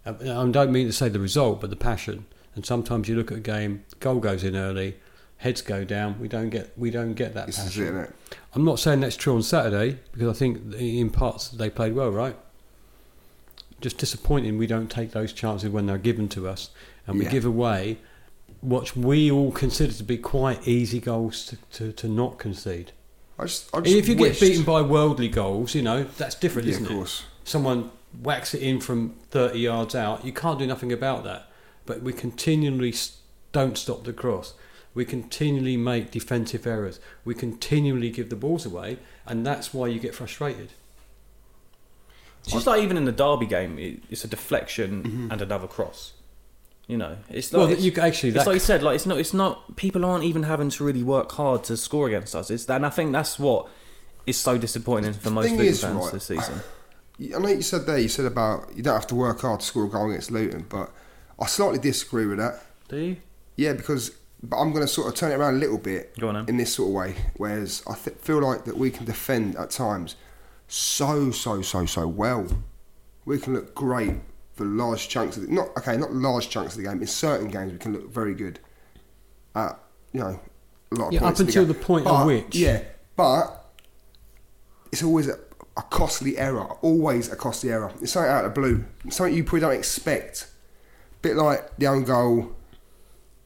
Speaker 5: And I don't mean to say the result, but the passion. And sometimes you look at a game, goal goes in early, heads go down. We don't get we don't get that
Speaker 4: This is
Speaker 5: passion.
Speaker 4: it, innit?
Speaker 5: I'm not saying that's true on Saturday because I think in parts they played well, right? Just disappointing we don't take those chances when they're given to us and we
Speaker 4: Yeah.
Speaker 5: give away what we all consider to be quite easy goals to, to, to not concede.
Speaker 4: I just, I just
Speaker 5: If you
Speaker 4: wished,
Speaker 5: get beaten by worldly goals, you know, that's different,
Speaker 4: yeah,
Speaker 5: isn't
Speaker 4: of
Speaker 5: it?
Speaker 4: course.
Speaker 5: someone whacks it in from 30 yards out, you can't do nothing about that. But we continually s- don't stop the cross. We continually make defensive errors. We continually give the balls away, and that's why you get frustrated.
Speaker 2: It's just like even in the Derby game, it, it's a deflection
Speaker 4: Mm-hmm.
Speaker 2: and another cross. You know, it's like
Speaker 5: Well,
Speaker 2: it's,
Speaker 5: you c- actually,
Speaker 2: it's
Speaker 5: that
Speaker 2: like you said, like it's not, it's not. People aren't even having to really work hard to score against us. It's and I think that's what is so disappointing for most
Speaker 4: thing
Speaker 2: Luton
Speaker 4: is,
Speaker 2: fans
Speaker 4: right,
Speaker 2: this season.
Speaker 4: I know you said there, you said about you don't have to work hard to score a goal against Luton, but I slightly disagree with that.
Speaker 2: Do you?
Speaker 4: Yeah, because but I'm going to sort of turn it around a little bit
Speaker 2: Go on, then.
Speaker 4: in this sort of way. Whereas I th- feel like that we can defend at times so so so so well. We can look great for large chunks of the, not okay, not large chunks of the game. In certain games, we can look very good at you know a lot of
Speaker 5: Yeah,
Speaker 4: points
Speaker 5: up
Speaker 4: in
Speaker 5: until
Speaker 4: game.
Speaker 5: the point at
Speaker 4: But-
Speaker 5: which-
Speaker 4: yeah, but it's always a, a costly error. Always a costly error. It's something out of the blue. It's something you probably don't expect. Bit like the own goal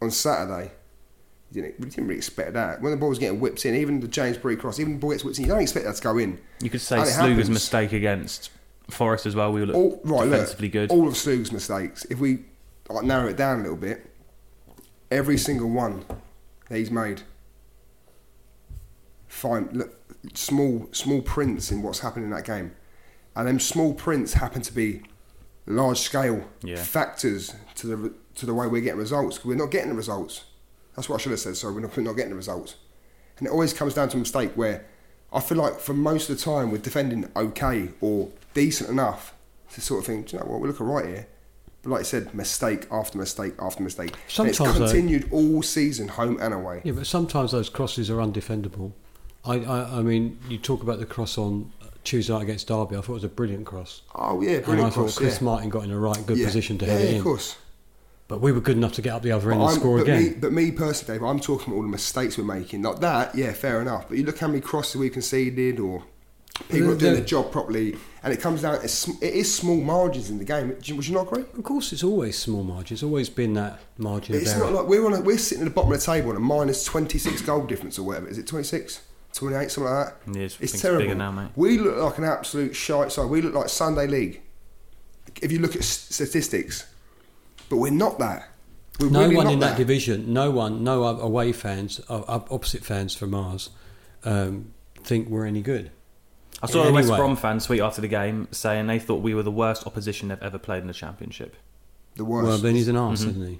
Speaker 4: on Saturday. You didn't, we didn't really expect that. When the ball was getting whipped in, even the James Bree cross, even the ball gets whipped in, you don't expect that to go in.
Speaker 2: You could say
Speaker 4: And it
Speaker 2: Sluga's
Speaker 4: happens.
Speaker 2: mistake against Forest as well. We look
Speaker 4: All, right,
Speaker 2: defensively
Speaker 4: look, Oh,
Speaker 2: good.
Speaker 4: all of Slug's mistakes, if we like, narrow it down a little bit, every single one that he's made, fine, look, small, small prints in what's happened in that game. And them small prints happen to be large scale
Speaker 2: Yeah.
Speaker 4: factors to the to the way we're getting results. We're not getting the results. That's what I should have said. Sorry, we're not, we're not getting the results. And it always comes down to a mistake where I feel like for most of the time we're defending okay or decent enough to sort of think, do you know what, we're looking right here. But like I said, mistake after mistake after mistake. And it's
Speaker 5: Sometimes, though-
Speaker 4: continued all season, home and away.
Speaker 5: Yeah, but sometimes those crosses are undefendable. I, I, I mean, you talk about the cross on uh, Tuesday night against Derby. I thought it was a brilliant cross.
Speaker 4: Oh yeah,
Speaker 5: and I
Speaker 4: brilliant
Speaker 5: thought
Speaker 4: cross.
Speaker 5: Chris
Speaker 4: yeah.
Speaker 5: Martin got in a right good
Speaker 4: Yeah.
Speaker 5: position to
Speaker 4: yeah,
Speaker 5: head
Speaker 4: yeah,
Speaker 5: it
Speaker 4: Of
Speaker 5: in.
Speaker 4: course.
Speaker 5: But we were good enough to get up the other end and
Speaker 4: I'm-
Speaker 5: score
Speaker 4: but
Speaker 5: again.
Speaker 4: Me, but me personally, Dave, I'm talking about all the mistakes we're making. Like that, yeah, fair enough. But you look how many crosses we conceded or people not doing
Speaker 5: the-
Speaker 4: their job properly. And it comes down, it's, sm- it is small margins in the game. Do you- Would you not agree?
Speaker 5: Of course, it's always small margin. It's always been that margin
Speaker 4: It's
Speaker 5: of error.
Speaker 4: not like we're on. A, we're sitting at the bottom of the table on a minus 26 goal difference or whatever. Is it 26? 28, something like that?
Speaker 2: Yeah, it's- I think
Speaker 4: it's
Speaker 2: it's
Speaker 4: terrible.
Speaker 2: bigger now, mate.
Speaker 4: We look like an absolute shite side. We look like Sunday League. If you look at s- statistics, but we're not that. We're
Speaker 5: no
Speaker 4: really
Speaker 5: one
Speaker 4: not
Speaker 5: in that
Speaker 4: there.
Speaker 5: division, no one, no o- away fans, o- o- opposite fans from ours, um, think we're any good.
Speaker 2: I saw
Speaker 5: In
Speaker 2: a
Speaker 5: any
Speaker 2: West
Speaker 5: way.
Speaker 2: Brom fan tweet after the game saying they thought we were the worst opposition they've ever played in the Championship.
Speaker 4: The
Speaker 5: Well,
Speaker 4: worst.
Speaker 5: then he's an arse,
Speaker 4: Mm-hmm.
Speaker 5: isn't he?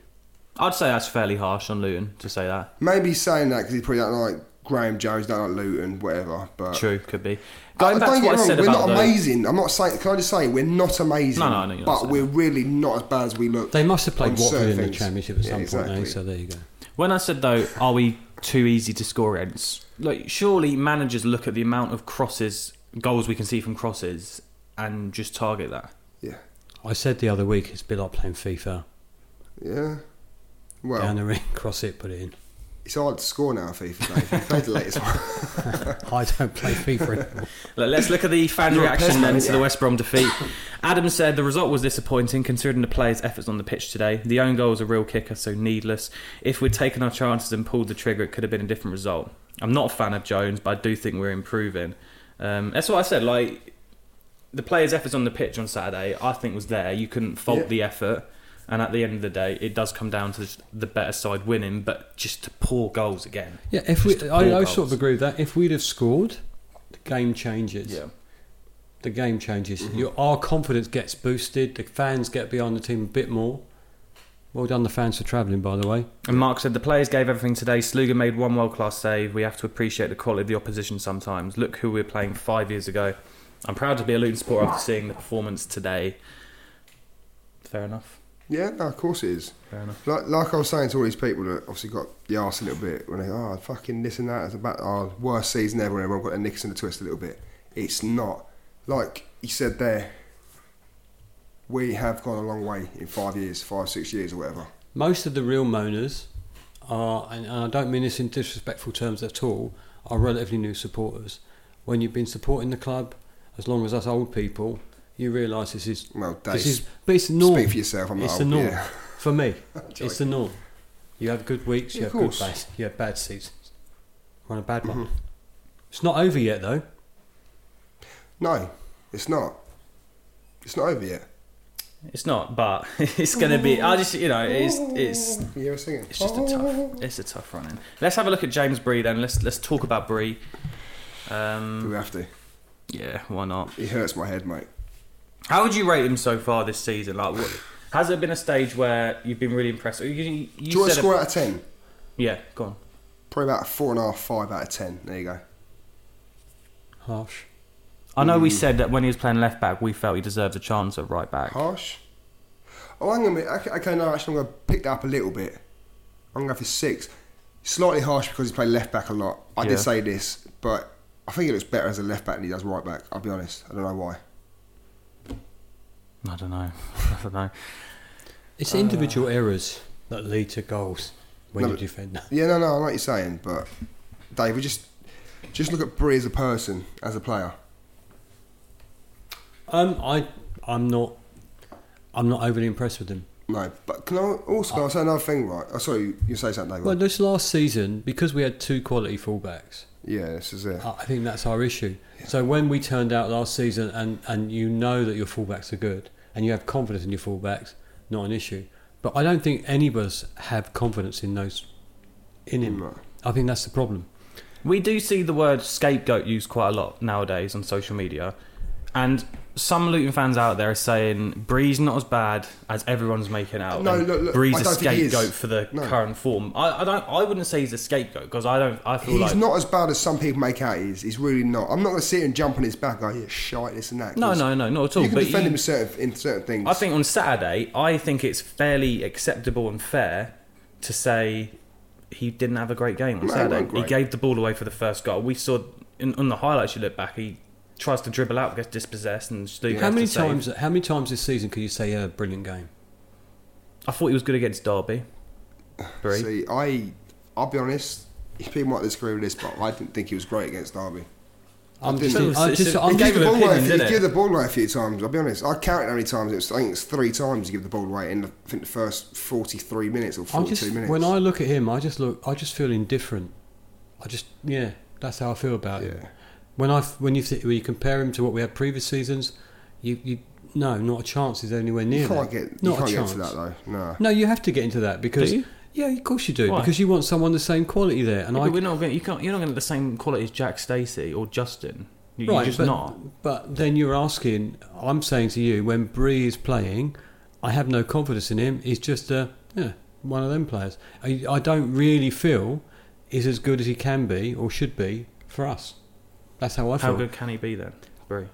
Speaker 2: I'd say that's fairly harsh on Luton to say that.
Speaker 4: Maybe he's saying that because he probably don't like Graham Jones, don't like Luton, whatever. But
Speaker 2: True, could be. Going
Speaker 4: I-
Speaker 2: back
Speaker 4: Uh, don't get
Speaker 2: to what
Speaker 4: me
Speaker 2: I
Speaker 4: wrong,
Speaker 2: said
Speaker 4: we're not
Speaker 2: about the,
Speaker 4: amazing. I'm not saying. Can I just say we're not amazing?
Speaker 2: No, no, I know you're not
Speaker 4: But
Speaker 2: saying
Speaker 4: we're really not as bad as we look.
Speaker 5: They must have
Speaker 4: on
Speaker 5: played Watford
Speaker 4: certain
Speaker 5: in the
Speaker 4: things.
Speaker 5: Championship at
Speaker 4: Yeah,
Speaker 5: some point, eh?
Speaker 4: exactly.
Speaker 5: so there you go.
Speaker 2: when I said though, are we too easy to score against? Like, surely managers look at the amount of crosses, goals we can see from crosses, and just target that.
Speaker 4: Yeah,
Speaker 5: I said the other week it's a bit like playing FIFA.
Speaker 4: yeah. Well,
Speaker 5: Down the ring, *laughs* cross it, put it in.
Speaker 4: it's hard to score now, FIFA. Dave. You played the
Speaker 5: *laughs*
Speaker 4: latest one.
Speaker 5: I don't
Speaker 4: *laughs*
Speaker 5: play FIFA anymore.
Speaker 2: Look, let's look at the fan
Speaker 4: You're a
Speaker 2: reaction
Speaker 4: pessimist,
Speaker 2: then to the
Speaker 4: yeah.
Speaker 2: West Brom defeat. Adam said the result was disappointing considering the players' efforts on the pitch today. The own goal was a real kicker, so needless. If we'd taken our chances and pulled the trigger, it could have been a different result. I'm not a fan of Jones, but I do think we're improving. Um, that's what I said. Like the players' efforts on the pitch on Saturday, I think was there. You couldn't fault
Speaker 4: Yeah.
Speaker 2: the effort. And at the end of the day, it does come down to the better side winning, but just to poor goals again.
Speaker 5: Yeah, if we,
Speaker 2: Just
Speaker 5: I,
Speaker 2: four
Speaker 5: I sort
Speaker 2: goals.
Speaker 5: of agree with that. If we'd have scored, the game changes.
Speaker 2: Yeah.
Speaker 5: The game changes.
Speaker 4: Mm-hmm.
Speaker 5: Your, our confidence gets boosted. The fans get behind the team a bit more. Well done, the fans for travelling, by the way.
Speaker 2: And Mark said the players gave everything today. Sluga made one world class save. We have to appreciate the quality of the opposition sometimes. Look who we were playing five years ago. I'm proud to be a Luton supporter after seeing the performance today. Fair enough.
Speaker 4: yeah, no, of course it is.
Speaker 2: Fair enough.
Speaker 4: Like, like I was saying to all these people that obviously got the arse a little bit when they oh fucking this and that it's about our worst season ever and everyone got their nicks in the twist a little bit. It's not like you said there. We have gone a long way in five years, five six years or whatever.
Speaker 5: Most of the real moaners are, and, and I don't mean this in disrespectful terms at all, are relatively new supporters. When you've been supporting the club as long as us old people, you realise this is
Speaker 4: Well, Dave,
Speaker 5: this is,
Speaker 4: *laughs*
Speaker 5: but it's the norm.
Speaker 4: speak for yourself. I'm
Speaker 5: it's
Speaker 4: not
Speaker 5: the
Speaker 4: old,
Speaker 5: norm
Speaker 4: yeah. *laughs*
Speaker 5: for me. it's the norm. You have good weeks. You
Speaker 4: Yeah,
Speaker 5: have
Speaker 4: of
Speaker 5: good
Speaker 4: course. Mm-hmm.
Speaker 5: bad. You have bad seasons. We're on a bad one. It's not over yet, though.
Speaker 4: no, it's not. It's not over yet.
Speaker 2: It's not, but *laughs* it's going to be. I just, you know, it's it's
Speaker 4: You were singing. Oh.
Speaker 2: it's just a tough. It's a tough run in. Let's have a look at James Bree then. Let's let's talk about Bree.
Speaker 4: We
Speaker 2: Um,
Speaker 4: have to.
Speaker 2: yeah, why not?
Speaker 4: It hurts my head, mate.
Speaker 2: How would you rate him so far this season? Like, what, has there been a stage where you've been really impressed? You, you,
Speaker 4: Do you want to
Speaker 2: said a-
Speaker 4: score out of ten?
Speaker 2: Yeah, go on.
Speaker 4: Probably about a four and a half, five out of ten. There you go.
Speaker 5: Harsh.
Speaker 2: I know
Speaker 4: Mm.
Speaker 2: we said that when he was playing left back, we felt he deserved a chance at right back.
Speaker 4: Harsh. Oh, hang on a minute. Okay, okay no, actually, I'm going to pick that up a little bit. I'm going to go for six. Slightly harsh because he played left back a lot. I
Speaker 2: Yeah.
Speaker 4: did say this, but I think he looks better as a left back than he does right back. I'll be honest. I don't know why.
Speaker 2: I don't know. *laughs* I don't know.
Speaker 5: It's individual errors that lead to goals when
Speaker 4: Uh, No,
Speaker 5: you
Speaker 4: but-
Speaker 5: defend.
Speaker 4: Yeah, no, no, I know what you're saying, but Dave, we just just look at Bree as a person, as a player.
Speaker 5: Um, I, I'm not, I'm not overly impressed with him.
Speaker 4: No, but can I also can I say another thing, right? Oh, sorry, you say something, Dave.
Speaker 5: Well, this last season, because we had two quality fullbacks,
Speaker 4: yeah, this is it.
Speaker 5: I I think that's our issue. So when we turned out last season, and, and you know that your fullbacks are good, and you have confidence in your fullbacks, not an issue. But I don't think any of us have confidence in those, in him.
Speaker 4: No.
Speaker 5: I think that's the problem.
Speaker 2: We do see the word scapegoat used quite a lot nowadays on social media, and some Luton fans out there are saying Bree's not as bad as everyone's making out.
Speaker 4: No,
Speaker 2: and
Speaker 4: look, look,
Speaker 2: Bree's
Speaker 4: I
Speaker 2: a
Speaker 4: don't think he is.
Speaker 2: scapegoat for the
Speaker 4: No.
Speaker 2: current form. I, I don't. I wouldn't say he's a scapegoat because I don't. I feel
Speaker 4: He's
Speaker 2: like
Speaker 4: not as bad as some people make out he is. He's really not. I'm not going to sit here and jump on his back. Oh, yeah, shite, this and that.
Speaker 2: no,
Speaker 4: 'cause
Speaker 2: no, no, not at all.
Speaker 4: You can
Speaker 2: but
Speaker 4: defend
Speaker 2: you-
Speaker 4: him in certain, in certain things.
Speaker 2: I think on Saturday, I think it's fairly acceptable and fair to say he didn't have a great game on
Speaker 4: No, he
Speaker 2: Saturday.
Speaker 4: wasn't
Speaker 2: He
Speaker 4: great.
Speaker 2: gave the ball away for the first goal. We saw in, on the highlights. You look back, he tries to dribble out, gets dispossessed, and Stu
Speaker 5: How
Speaker 2: has
Speaker 5: many
Speaker 2: to save.
Speaker 5: times? How many times this season could you say, "Yeah, brilliant game"?
Speaker 2: I thought he was good against Derby. Bree.
Speaker 4: See, I, I'll be honest. People might disagree with this, but I didn't think he was great against Derby.
Speaker 5: I'm
Speaker 4: didn't-
Speaker 5: just, I'm just,
Speaker 2: He
Speaker 5: I'm
Speaker 4: he
Speaker 5: just
Speaker 4: gave the
Speaker 2: an
Speaker 4: ball away.
Speaker 2: opinion,
Speaker 4: He
Speaker 2: didn't
Speaker 4: gave
Speaker 2: he?
Speaker 4: the ball away a few times. I'll be honest. I counted how many times it was. I think it's three times he gave the ball away in the, I think the first 43 minutes or
Speaker 5: I'm
Speaker 4: 42
Speaker 5: just
Speaker 4: minutes.
Speaker 5: when I look at him, I just look, I just feel indifferent. I just, yeah, that's how I feel about him.
Speaker 4: Yeah.
Speaker 5: When I, when you, th- when you compare him to what we had previous seasons, You, you no, not a chance is anywhere near.
Speaker 4: You can't
Speaker 5: that.
Speaker 4: get you
Speaker 5: not
Speaker 4: can't
Speaker 5: a
Speaker 4: get
Speaker 5: chance.
Speaker 4: to that though. No.
Speaker 5: No, you have to get into that because
Speaker 2: Do you?
Speaker 5: yeah, of course you do
Speaker 2: Why?
Speaker 5: because you want someone the same quality there, and
Speaker 2: Yeah,
Speaker 5: I
Speaker 2: but we're not going. You can't. You're not going to get the same quality as Jack Stacey or Justin. You,
Speaker 5: Right,
Speaker 2: you're just
Speaker 5: but,
Speaker 2: not.
Speaker 5: But then you're asking. I'm saying to you, when Bree is playing, I have no confidence in him. He's just a yeah, one of them players. I, I don't really feel he's as good as he can be or should be for us. That's how I
Speaker 2: How
Speaker 5: feel.
Speaker 2: good can he be then? Very.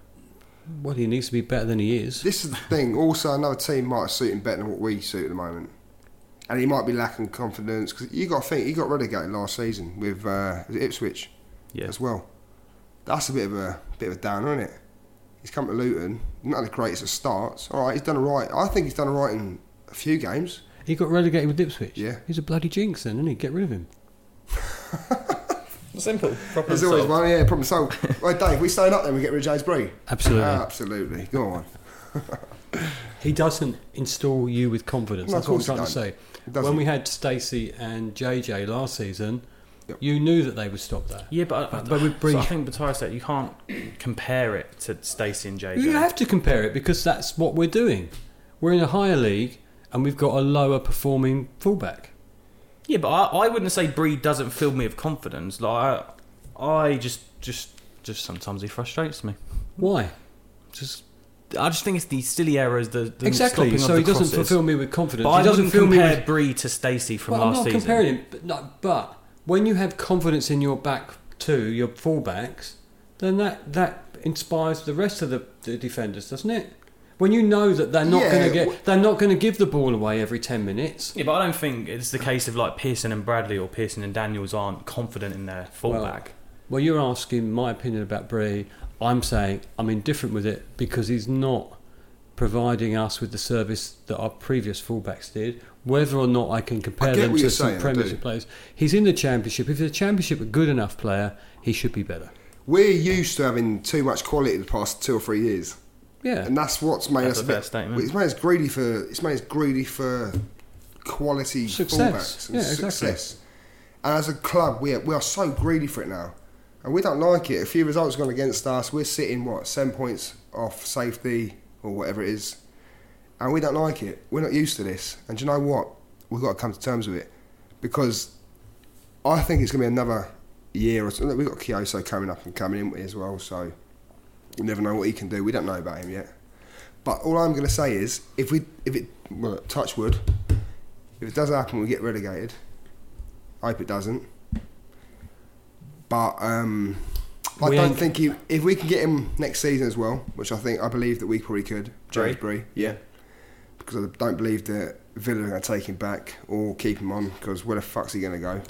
Speaker 5: Well, he needs to be better than he is.
Speaker 4: This is the thing. Also, another team might suit him better than what we suit at the moment, and he might be lacking confidence because you got to think he got relegated last season with uh, was it Ipswich
Speaker 2: Yeah.
Speaker 4: as well. That's a bit of a bit of a downer, isn't it? He's come to Luton, not the greatest of starts. All right, he's done all right. I think he's done all right in a few games.
Speaker 5: He got relegated with Ipswich.
Speaker 4: Yeah.
Speaker 5: he's a bloody jinx, then, isn't he? Get rid of him.
Speaker 2: Simple.
Speaker 4: There's always one, yeah, problem solved. right, Dave, we sign up then we get rid of James Bree.
Speaker 5: Absolutely.
Speaker 4: Absolutely. Go on.
Speaker 5: He doesn't install you with confidence.
Speaker 4: No,
Speaker 5: That's
Speaker 4: of
Speaker 5: what I'm trying to
Speaker 4: course he
Speaker 5: say.
Speaker 4: It
Speaker 5: When we had Stacey and JJ last season,
Speaker 4: Yep.
Speaker 5: you knew that they would stop there.
Speaker 2: Yeah, but, I,
Speaker 5: But- but with Bree-
Speaker 2: so I think Batara said you can't compare it to Stacey and JJ.
Speaker 5: You have to compare it because that's what we're doing. We're in a higher league and we've got a lower performing fullback.
Speaker 2: Yeah, but I, I wouldn't say Bree doesn't fill me with confidence. Like I, I just just just sometimes he frustrates me.
Speaker 5: Why?
Speaker 2: Just I just think it's these silly errors that the
Speaker 5: exactly.
Speaker 2: stopping
Speaker 5: So
Speaker 2: of
Speaker 5: he
Speaker 2: the
Speaker 5: doesn't
Speaker 2: crosses.
Speaker 5: fulfil me with confidence.
Speaker 2: But I
Speaker 5: he doesn't
Speaker 2: doesn't
Speaker 5: fill me
Speaker 2: compare
Speaker 5: with.
Speaker 2: Bree to Stacey from
Speaker 5: Well, I'm
Speaker 2: last
Speaker 5: not
Speaker 2: season.
Speaker 5: comparing him, but, no, but when you have confidence in your back two, your fullbacks, then that that inspires the rest of the, the defenders, doesn't it? When you know that they're not
Speaker 4: Yeah,
Speaker 5: going to
Speaker 4: w-
Speaker 5: get, they're not going to give the ball away every ten minutes.
Speaker 2: Yeah, but I don't think it's the case of like Pearson and Bradley or Pearson and Daniels aren't confident in their fullback.
Speaker 5: Well, you're asking my opinion about Bree. I'm saying I'm indifferent with it because he's not providing us with the service that our previous fullbacks did. Whether or not I can compare
Speaker 4: get
Speaker 5: them
Speaker 4: what
Speaker 5: to
Speaker 4: you're
Speaker 5: some
Speaker 4: saying, I do.
Speaker 5: Premiership players, he's in the Championship. If the Championship a good enough player, he should be better.
Speaker 4: We're used to having too much quality the past two or three years.
Speaker 5: Yeah,
Speaker 4: And that's what's made
Speaker 2: That's
Speaker 4: us
Speaker 2: a fair
Speaker 4: bit-
Speaker 2: statement.
Speaker 4: It's made us greedy for it's made us greedy for quality
Speaker 5: Success.
Speaker 4: fullbacks and
Speaker 5: Yeah, exactly.
Speaker 4: success. And as a club, we are, we are so greedy for it now, and we don't like it. A few results gone against us. We're sitting what seven points off safety or whatever it is, and we don't like it. We're not used to this. And do you know what? We've got to come to terms with it because I think it's going to be another year or so. Look, We've got Kyoso coming up and coming in as well, so you never know what he can do. We don't know about him yet. But all I'm going to say is, if we, if it, well, touch wood, if it does happen, we get relegated. I hope it doesn't. But um, I
Speaker 5: We
Speaker 4: don't
Speaker 5: ain't-
Speaker 4: think he, if we can get him next season as well, which I think I believe that we probably could. James Bree, yeah, because I don't believe that Villa are going to take him back or keep him on because where the fuck's he going to go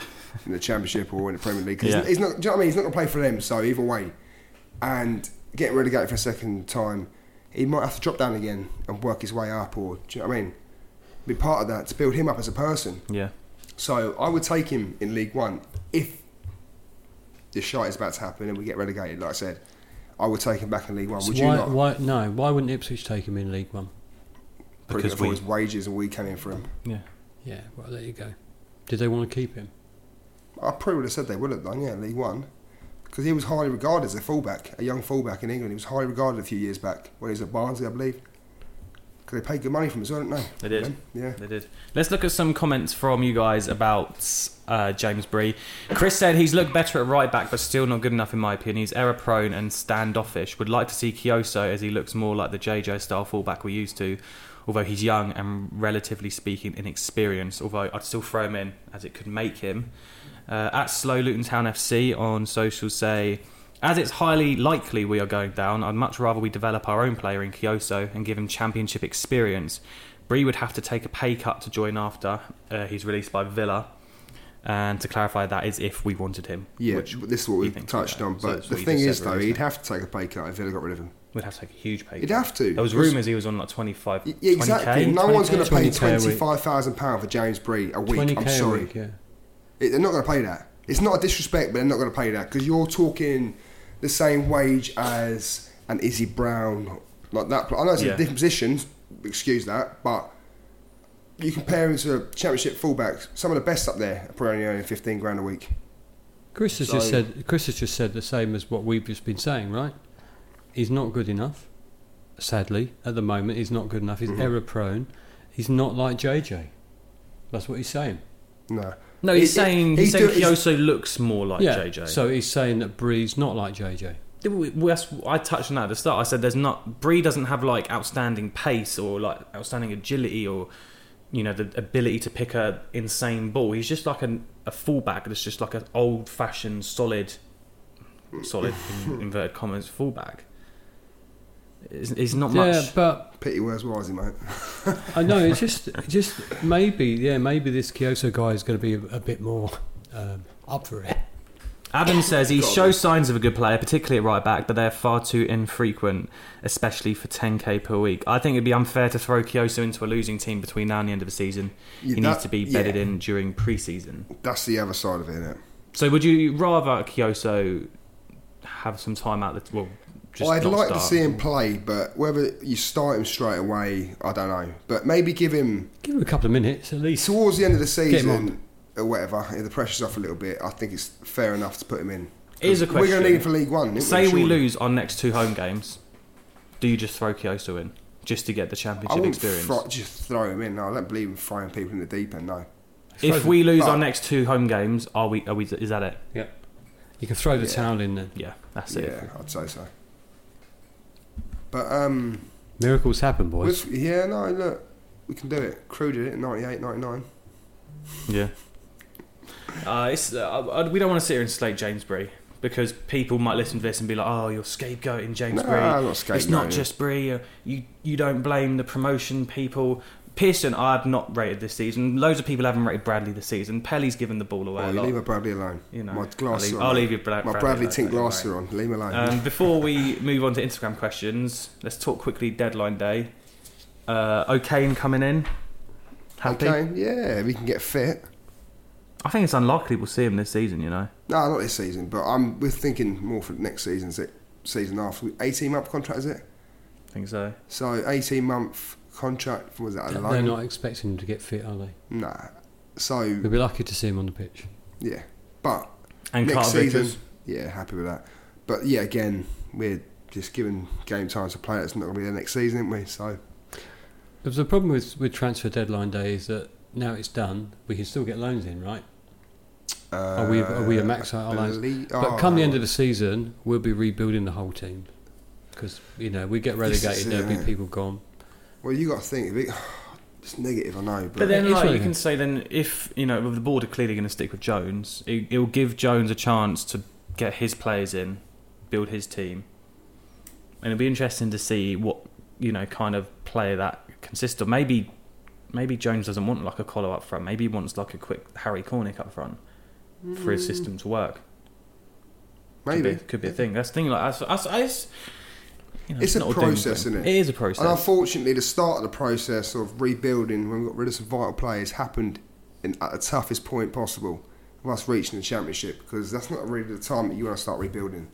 Speaker 4: in the Championship or in the Premier League? 'Cause
Speaker 2: Yeah.
Speaker 4: he's not. Do you know what I mean? He's not going to play for them. So either way, and getting relegated for a second time, he might have to drop down again and work his way up. Or do you know what I mean? Be part of that to build him up as a person.
Speaker 2: Yeah.
Speaker 4: So I would take him in League One if this shite is about to happen and we get relegated. Like I said, I would take him back in League One.
Speaker 5: So
Speaker 4: Would you
Speaker 5: why,
Speaker 4: not?
Speaker 5: why? No. Why wouldn't Ipswich take him in League One?
Speaker 4: Probably
Speaker 2: because
Speaker 4: for
Speaker 2: we-
Speaker 4: his wages and we came in for him.
Speaker 2: Yeah.
Speaker 5: Yeah. Well, there you go. Did they want to keep him?
Speaker 4: I probably would have said they would have done, yeah, League One. Because he was highly regarded as a fullback, a young fullback in England. He was highly regarded a few years back when he was at Barnsley, I believe. Because they paid good money for him as well, didn't they?
Speaker 2: They did.
Speaker 4: Yeah.
Speaker 2: They did. Let's look at some comments from you guys about uh, James Bree. Chris said he's looked better at right back, but still not good enough in my opinion. He's error prone and standoffish. Would like to see Kyoso as he looks more like the JJ style fullback we used to, although he's young and relatively speaking inexperienced. Although I'd still throw him in as it could make him. Uh, at Slow Luton Town FC on social say. As it's highly likely we are going down, I'd much rather we develop our own player in Kyoso and give him championship experience. Bree would have to take a pay cut to join after uh, he's released by Villa. And to clarify, that is if we wanted him.
Speaker 4: Yeah,
Speaker 2: which
Speaker 4: but this is what
Speaker 2: he
Speaker 4: we
Speaker 2: thinks
Speaker 4: touched
Speaker 2: we are.
Speaker 4: on.
Speaker 2: So
Speaker 4: But
Speaker 2: that's
Speaker 4: the
Speaker 2: what you
Speaker 4: thing
Speaker 2: just
Speaker 4: is,
Speaker 2: said,
Speaker 4: though,
Speaker 2: really,
Speaker 4: he'd
Speaker 2: isn't
Speaker 4: have to take a pay cut if Villa got rid of him.
Speaker 2: it? We'd have to take a huge pay
Speaker 4: He'd
Speaker 2: cut.
Speaker 4: have to.
Speaker 2: There was
Speaker 4: because-
Speaker 2: rumours he was on like 25,
Speaker 4: Yeah, exactly.
Speaker 2: 20K,
Speaker 4: no one's going to
Speaker 2: 20K.
Speaker 4: pay
Speaker 5: 20K a week.
Speaker 4: £25,000 for James Bree a week.
Speaker 5: Twenty
Speaker 4: I'm
Speaker 5: k a
Speaker 4: sorry.
Speaker 5: week. Yeah.
Speaker 4: It- They're not going to pay that. It's not a disrespect, but they're not going to pay that because you're talking the same wage as an Izzy Brown, like that. I know it's
Speaker 2: Yeah.
Speaker 4: a different position. Excuse that, but you compare him to Championship fullbacks. Some of the best up there are probably only earning fifteen grand a week.
Speaker 5: Chris has just said Chris has just said the same as what we've just been saying, right? He's not good enough. sadly, at the moment, is not good enough.
Speaker 2: Mm-hmm.
Speaker 5: He's error prone. He's not like JJ. That's what he's saying.
Speaker 4: No.
Speaker 2: No, he's
Speaker 4: He-
Speaker 2: saying
Speaker 4: he-
Speaker 2: he's
Speaker 4: he
Speaker 2: saying
Speaker 4: do- he's-
Speaker 2: Kyoso looks more like
Speaker 5: yeah.
Speaker 2: JJ.
Speaker 5: So he's saying that Bree's not like JJ.
Speaker 2: Did we- we- that's- I touched on that at the start. I said there's not Bree doesn't have like outstanding pace or like outstanding agility or you know the ability to pick a insane ball. He's just like an, a fullback that's just like an old fashioned solid, solid in, inverted commas fullback. It's, it's not
Speaker 5: Yeah,
Speaker 2: much.
Speaker 5: but
Speaker 4: Pity words wisey, mate.
Speaker 5: I
Speaker 2: *laughs*
Speaker 5: know it's just, just maybe, yeah, maybe this Kyoto guy is going to be a, a bit more um, up for it.
Speaker 2: Adam says he shows signs of a good player, particularly at right back, but they're far too infrequent, especially for 10k per week. I think it'd be unfair to throw Kyoso into a losing team between now and the end of the season.
Speaker 4: Yeah,
Speaker 2: he
Speaker 4: that-
Speaker 2: needs to be bedded
Speaker 4: yeah.
Speaker 2: in during pre-season.
Speaker 4: That's the other side of it, innit?
Speaker 2: So would you rather Kyoso have some time out? The, well, just
Speaker 4: I'd
Speaker 2: not
Speaker 4: like
Speaker 2: start?
Speaker 4: to see him play, but whether you start him straight away, I don't know. But maybe give him
Speaker 5: Give him a couple of minutes at least.
Speaker 4: towards the end of the
Speaker 5: him
Speaker 4: season or whatever. If the pressure's off a little bit, I think it's fair enough to put him in.
Speaker 2: Here's a
Speaker 4: We're going to
Speaker 2: question.
Speaker 4: need him for League One. isn't
Speaker 2: Say we
Speaker 4: surely?
Speaker 2: lose our next two home games, do you just throw Kyoso in just to get
Speaker 4: I
Speaker 2: the championship
Speaker 4: wouldn't
Speaker 2: experience?
Speaker 4: thro- just throw him in. No, I don't believe in throwing people in the deep end. No,
Speaker 2: if we lose
Speaker 4: but-
Speaker 2: our next two home games, are we? Are we? Is that it?
Speaker 5: Yeah. You can throw the towel in then.
Speaker 2: Yeah, that's it.
Speaker 4: yeah, I'd say so. But um,
Speaker 5: Miracles happen, boys.
Speaker 4: with, yeah, no, look, we can do it. Crew did it in 98, 99.
Speaker 2: Yeah. Uh, it's, uh, I- I- we don't want to sit here and slate Jamesbury because people might listen to this and be like, "Oh, you're scapegoating Jamesbury.
Speaker 4: I'm not
Speaker 2: It's not
Speaker 4: scapegoating.
Speaker 2: just Bree. uh, You you don't blame the promotion people." Pearson, I've not rated this season. Loads of people haven't rated Bradley this season. Pelly's given the ball away
Speaker 4: Well,
Speaker 2: a
Speaker 4: you
Speaker 2: lot.
Speaker 4: leave my Bradley alone.
Speaker 2: You know,
Speaker 4: my glass.
Speaker 2: I'll leave-
Speaker 4: on.
Speaker 2: I'll leave your Bra-
Speaker 4: my
Speaker 2: Bradley
Speaker 4: Bradley
Speaker 2: alone,
Speaker 4: tint
Speaker 2: don't
Speaker 4: glass
Speaker 2: worry.
Speaker 4: on. Leave me alone.
Speaker 2: Um, before we move on to Instagram questions, let's talk quickly deadline day. Uh, O'Kane coming in. Happy.
Speaker 4: okay, yeah, we can get fit.
Speaker 2: I think it's unlikely we'll see him this season. You know.
Speaker 4: No, not this season, but I'm we're thinking more for next season. Is it season after? 18 month contract is it?
Speaker 2: I think so.
Speaker 4: So 18 month contract was that a
Speaker 5: They're
Speaker 4: loan?
Speaker 5: not expecting him to get fit, are they?
Speaker 4: Nah. So
Speaker 5: We'll be lucky to see him on the pitch.
Speaker 4: yeah, but
Speaker 2: And
Speaker 4: next
Speaker 2: Carter
Speaker 4: season,
Speaker 2: Vickers.
Speaker 4: yeah, happy with that. But yeah, again, we're just giving game time to players. It's not going to be there next season, isn't we? So
Speaker 5: But The problem with, with transfer deadline day is that now it's done, we can still get loans in, right?
Speaker 4: uh,
Speaker 5: Are we, are we a max out our loans?
Speaker 4: belie-
Speaker 5: But come the end of the season, we'll be rebuilding the whole team. Because, you know, we get
Speaker 4: This is
Speaker 5: relegated,
Speaker 4: it,
Speaker 5: there'll be
Speaker 4: innit?
Speaker 5: people gone.
Speaker 4: Oh, well, you got to think. if it- *sighs* It's negative, I know, but,
Speaker 2: But then,
Speaker 5: It's
Speaker 2: like, you
Speaker 5: really
Speaker 2: can
Speaker 5: good.
Speaker 2: say then if you know the board are clearly going to stick with Jones, it, it'll give Jones a chance to get his players in, build his team, and it'll be interesting to see what you know kind of player that consists of. Maybe, maybe Jones doesn't want like a collar up front. Maybe he wants like a quick Harry Cornick up front for
Speaker 5: Mm.
Speaker 2: his system to work.
Speaker 4: maybe
Speaker 2: could be, could be a thing. That's the thing. Like that's, that's, that's you know,
Speaker 4: It's a
Speaker 2: not doom and
Speaker 4: process,
Speaker 2: gloom.
Speaker 4: isn't it?
Speaker 2: It is a process.
Speaker 4: And unfortunately, the start of the process of rebuilding when we got rid of some vital players happened in, at the toughest point possible of us reaching the championship because that's not really the time that you want to start rebuilding.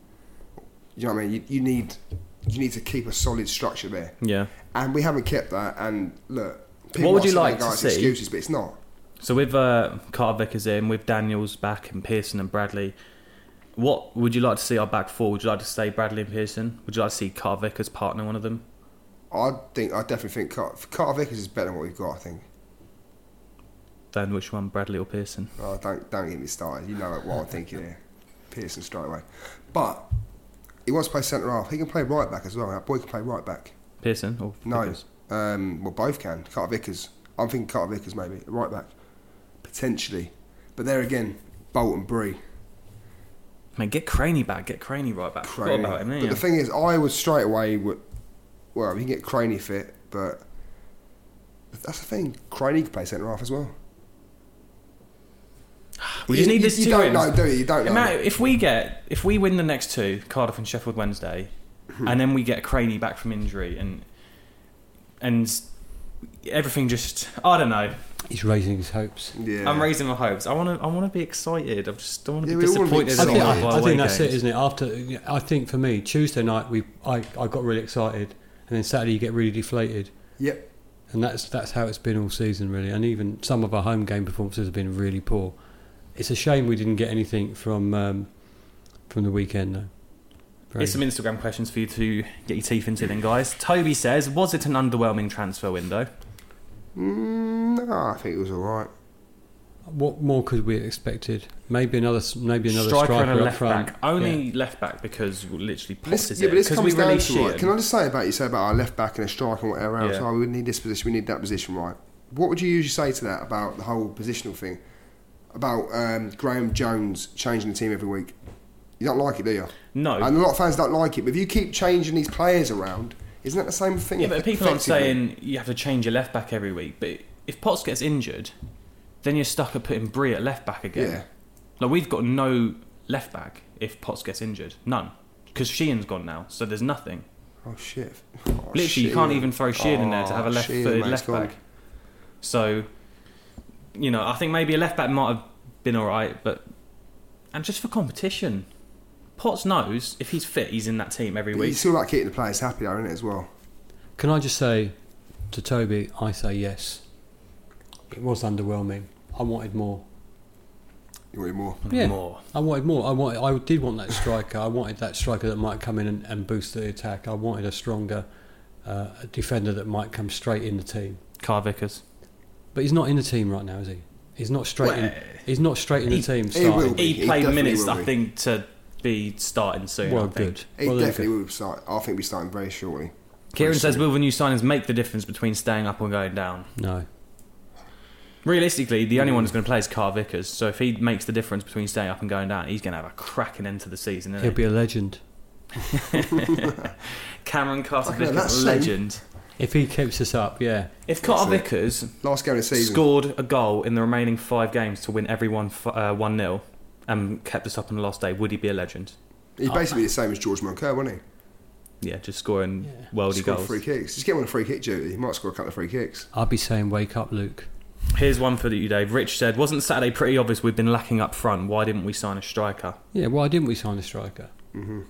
Speaker 4: You know what I mean? You, you need you need to keep a solid structure there,
Speaker 2: yeah.
Speaker 4: and we haven't kept that. And look,
Speaker 2: What would
Speaker 4: are
Speaker 2: you
Speaker 4: saying,
Speaker 2: like to
Speaker 4: "Oh, it's
Speaker 2: see?"
Speaker 4: Excuses, but it's not.
Speaker 2: So with uh, Carter Vickers in, with Daniels back and Pearson and Bradley, what would you like to see our back four? Would you like to say Bradley and Pearson? Would you like to see Carter Vickers partner one of them?
Speaker 4: I think I definitely think Car- Carter Vickers is better than what we've got. I think.
Speaker 2: Then which one, Bradley or Pearson?
Speaker 4: Oh, don't don't get me started. You know what I'm thinking here. Pearson straight away. But he wants to play centre half. He can play right back as well. That boy can play right back.
Speaker 2: Pearson or
Speaker 4: No.
Speaker 2: Vickers?
Speaker 4: Um, well, both can. Carter Vickers. I'm thinking Carter Vickers maybe. Right back. Potentially. But there again, Bolton Bree.
Speaker 2: Man, get Craney back. Get Craney right back. Forgot
Speaker 4: Craney.
Speaker 2: about him,
Speaker 4: but
Speaker 2: didn't
Speaker 4: the
Speaker 2: you?
Speaker 4: thing is, I was straight away. With, well, you can get Craney fit, but that's the thing. Craney can play centre half as well.
Speaker 2: we just
Speaker 4: You-
Speaker 2: need
Speaker 4: you-
Speaker 2: this
Speaker 4: You
Speaker 2: two
Speaker 4: don't
Speaker 2: in.
Speaker 4: know, do you? You don't know.
Speaker 2: Matt, if we get if we win the next two, Cardiff and Sheffield Wednesday, and then we get Craney back from injury and and everything just I don't know.
Speaker 5: He's raising his hopes.
Speaker 4: yeah.
Speaker 2: I'm raising my hopes. I want to. I want to be excited. I just don't want to
Speaker 4: Yeah,
Speaker 2: be
Speaker 4: we all wanna be
Speaker 2: disappointed.
Speaker 5: I think,
Speaker 4: excited.
Speaker 2: about
Speaker 5: I,
Speaker 2: our
Speaker 5: I
Speaker 2: away
Speaker 5: think that's it,
Speaker 2: games.
Speaker 5: isn't it? After I think for me, Tuesday night we I, I got really excited, and then Saturday you get really deflated,
Speaker 4: Yep.
Speaker 5: and that's that's how it's been all season really. And even some of our home game performances have been really poor. It's a shame we didn't get anything from um, from the weekend though. Very
Speaker 2: Here's some Instagram questions for you to get your teeth into, then, guys. Toby says, "Was it an underwhelming transfer window?"
Speaker 4: Mm, no, I think it was all right.
Speaker 5: What more could we have expected? Maybe another, s- maybe another
Speaker 2: striker,
Speaker 5: striker,
Speaker 2: and a
Speaker 5: up
Speaker 2: left
Speaker 5: front.
Speaker 2: back. Only left back because we literally
Speaker 4: This-
Speaker 2: posted
Speaker 4: yeah,
Speaker 2: it.
Speaker 4: but this
Speaker 2: 'Cause
Speaker 4: comes
Speaker 2: we
Speaker 4: down
Speaker 2: really
Speaker 4: to right.
Speaker 2: shit.
Speaker 4: Can I just say about you say about our left back and a striker and whatever else?
Speaker 2: Yeah.
Speaker 4: Oh, we need this position, we need that position, right? What would you usually say to that about the whole positional thing? About um, Graham Jones changing the team every week? You don't like it, do you?
Speaker 2: No.
Speaker 4: And a lot of fans don't like it. But if you keep changing these players around, isn't that the same thing?
Speaker 2: Yeah, but people aren't
Speaker 4: effectively?
Speaker 2: saying you have to change your left back every week. But if Potts gets injured, then you're stuck at putting Bree at left back again.
Speaker 4: Yeah.
Speaker 2: Like we've got no left back if Potts gets injured, none, because Sheehan's gone now, so there's nothing.
Speaker 4: Oh shit! Oh,
Speaker 2: Literally, you
Speaker 4: shit.
Speaker 2: can't even throw Sheehan in there to
Speaker 4: Oh,
Speaker 2: have a
Speaker 4: Sheehan,
Speaker 2: left-footed
Speaker 4: mate,
Speaker 2: left
Speaker 4: it's gone.
Speaker 2: back. So, you know, I think maybe a left back might have been all right, but and just for competition, Potts knows if he's fit, he's in that team every
Speaker 4: But
Speaker 2: week.
Speaker 4: You still like keeping the players happy, though, isn't it? As well.
Speaker 5: Can I just say to Toby, I say yes. It was underwhelming. I wanted more.
Speaker 4: You want more?
Speaker 5: Yeah.
Speaker 2: More.
Speaker 5: I wanted more. I wanted, I did want that striker. I wanted that striker that might come in and, and boost the attack. I wanted a stronger uh, defender that might come straight in the team.
Speaker 2: Carl Vickers.
Speaker 5: But he's not in the team right now, is he? He's not straight in.
Speaker 2: Well,
Speaker 5: He's not straight in the
Speaker 2: he-
Speaker 5: team.
Speaker 4: he will
Speaker 5: starting.
Speaker 4: be.
Speaker 2: He
Speaker 4: He
Speaker 2: played
Speaker 4: definitely
Speaker 2: minutes,
Speaker 4: will
Speaker 2: I
Speaker 4: be.
Speaker 2: think, to be starting soon. I
Speaker 5: Well,
Speaker 2: think.
Speaker 5: good.
Speaker 4: It
Speaker 5: well, then
Speaker 4: definitely will start. I think we'll be starting very shortly.
Speaker 2: Kieran says,
Speaker 4: Very
Speaker 2: "Will the new signings make the difference between staying up or going down?"
Speaker 5: good. No.
Speaker 2: Realistically, the only one who's going to play is Carl Vickers. So if he makes the difference between staying up and going down, he's going to have a cracking end to the season.
Speaker 5: He'll
Speaker 2: Isn't he?
Speaker 5: be a legend.
Speaker 2: Cameron
Speaker 4: Fucking
Speaker 2: Carter
Speaker 4: hell,
Speaker 2: Vickers,
Speaker 4: that's soon.
Speaker 2: legend.
Speaker 5: If he keeps us up, yeah.
Speaker 2: If Carter
Speaker 4: That's it.
Speaker 2: Vickers
Speaker 4: soon. Last game of the season.
Speaker 2: scored a goal in the remaining five games to win every one f- uh, one 0 and kept us up on the last day, would he be a legend?
Speaker 4: He's
Speaker 2: Ah.
Speaker 4: basically the same as George Moncur, wasn't he?
Speaker 2: Yeah, just scoring
Speaker 5: Yeah.
Speaker 2: worldy
Speaker 4: Scored
Speaker 2: goals.
Speaker 4: free kicks. Just get him on a free kick duty. He might score a couple of free kicks.
Speaker 5: I'd be saying, wake up, Luke.
Speaker 2: Here's one for you, Dave. Rich said, "Wasn't Saturday pretty obvious? We've been lacking up front. Why didn't we sign a striker?"
Speaker 5: Yeah. Why didn't we sign a striker? Mm-hmm.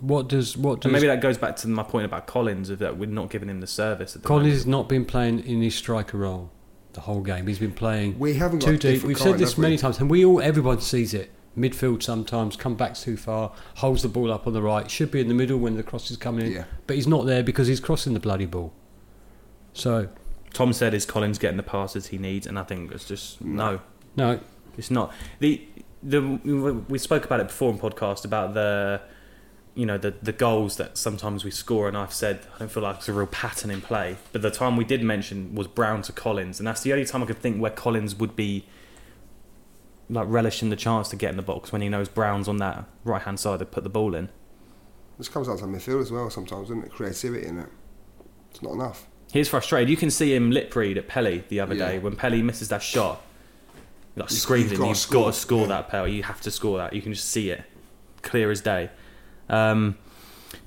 Speaker 5: What does what does
Speaker 2: And maybe that goes back to my point about Collins of that we're not giving him the service. At the
Speaker 5: Collins
Speaker 2: moment.
Speaker 5: has not been playing in his striker role the whole game. He's been playing
Speaker 4: We haven't got
Speaker 5: too
Speaker 4: a
Speaker 5: deep.
Speaker 4: different
Speaker 5: We've
Speaker 4: kind,
Speaker 5: said this
Speaker 4: have we?
Speaker 5: many times, and we all everyone sees it. Midfield sometimes come back too far, holds the ball up on the right. Should be in the middle when the cross is coming in,
Speaker 4: Yeah.
Speaker 5: but he's not there because he's crossing the bloody ball. So
Speaker 2: Tom said, "Is Collins getting the passes he needs?" And I think it's just no,
Speaker 5: no,
Speaker 2: it's not. The the we spoke about it before in podcast about the you know the the goals that sometimes we score, and I've said I don't feel like it's a real pattern in play. But the time we did mention was Brown to Collins, and that's the only time I could think where Collins would be like relishing the chance to get in the box when he knows Brown's on that right hand side to put the ball in.
Speaker 4: This comes down to midfield as well sometimes, doesn't it? Creativity in it. It's not enough.
Speaker 2: He's frustrated. You can see him lip read at Pelly the other
Speaker 4: Yeah.
Speaker 2: day when Pelly misses that shot. Like
Speaker 4: You've-
Speaker 2: screaming,
Speaker 4: you've
Speaker 2: you've,
Speaker 4: gotta
Speaker 2: got,
Speaker 4: score."
Speaker 2: to score
Speaker 4: Yeah.
Speaker 2: that Pelly. You have to score that. You can just see it, clear as day. Um,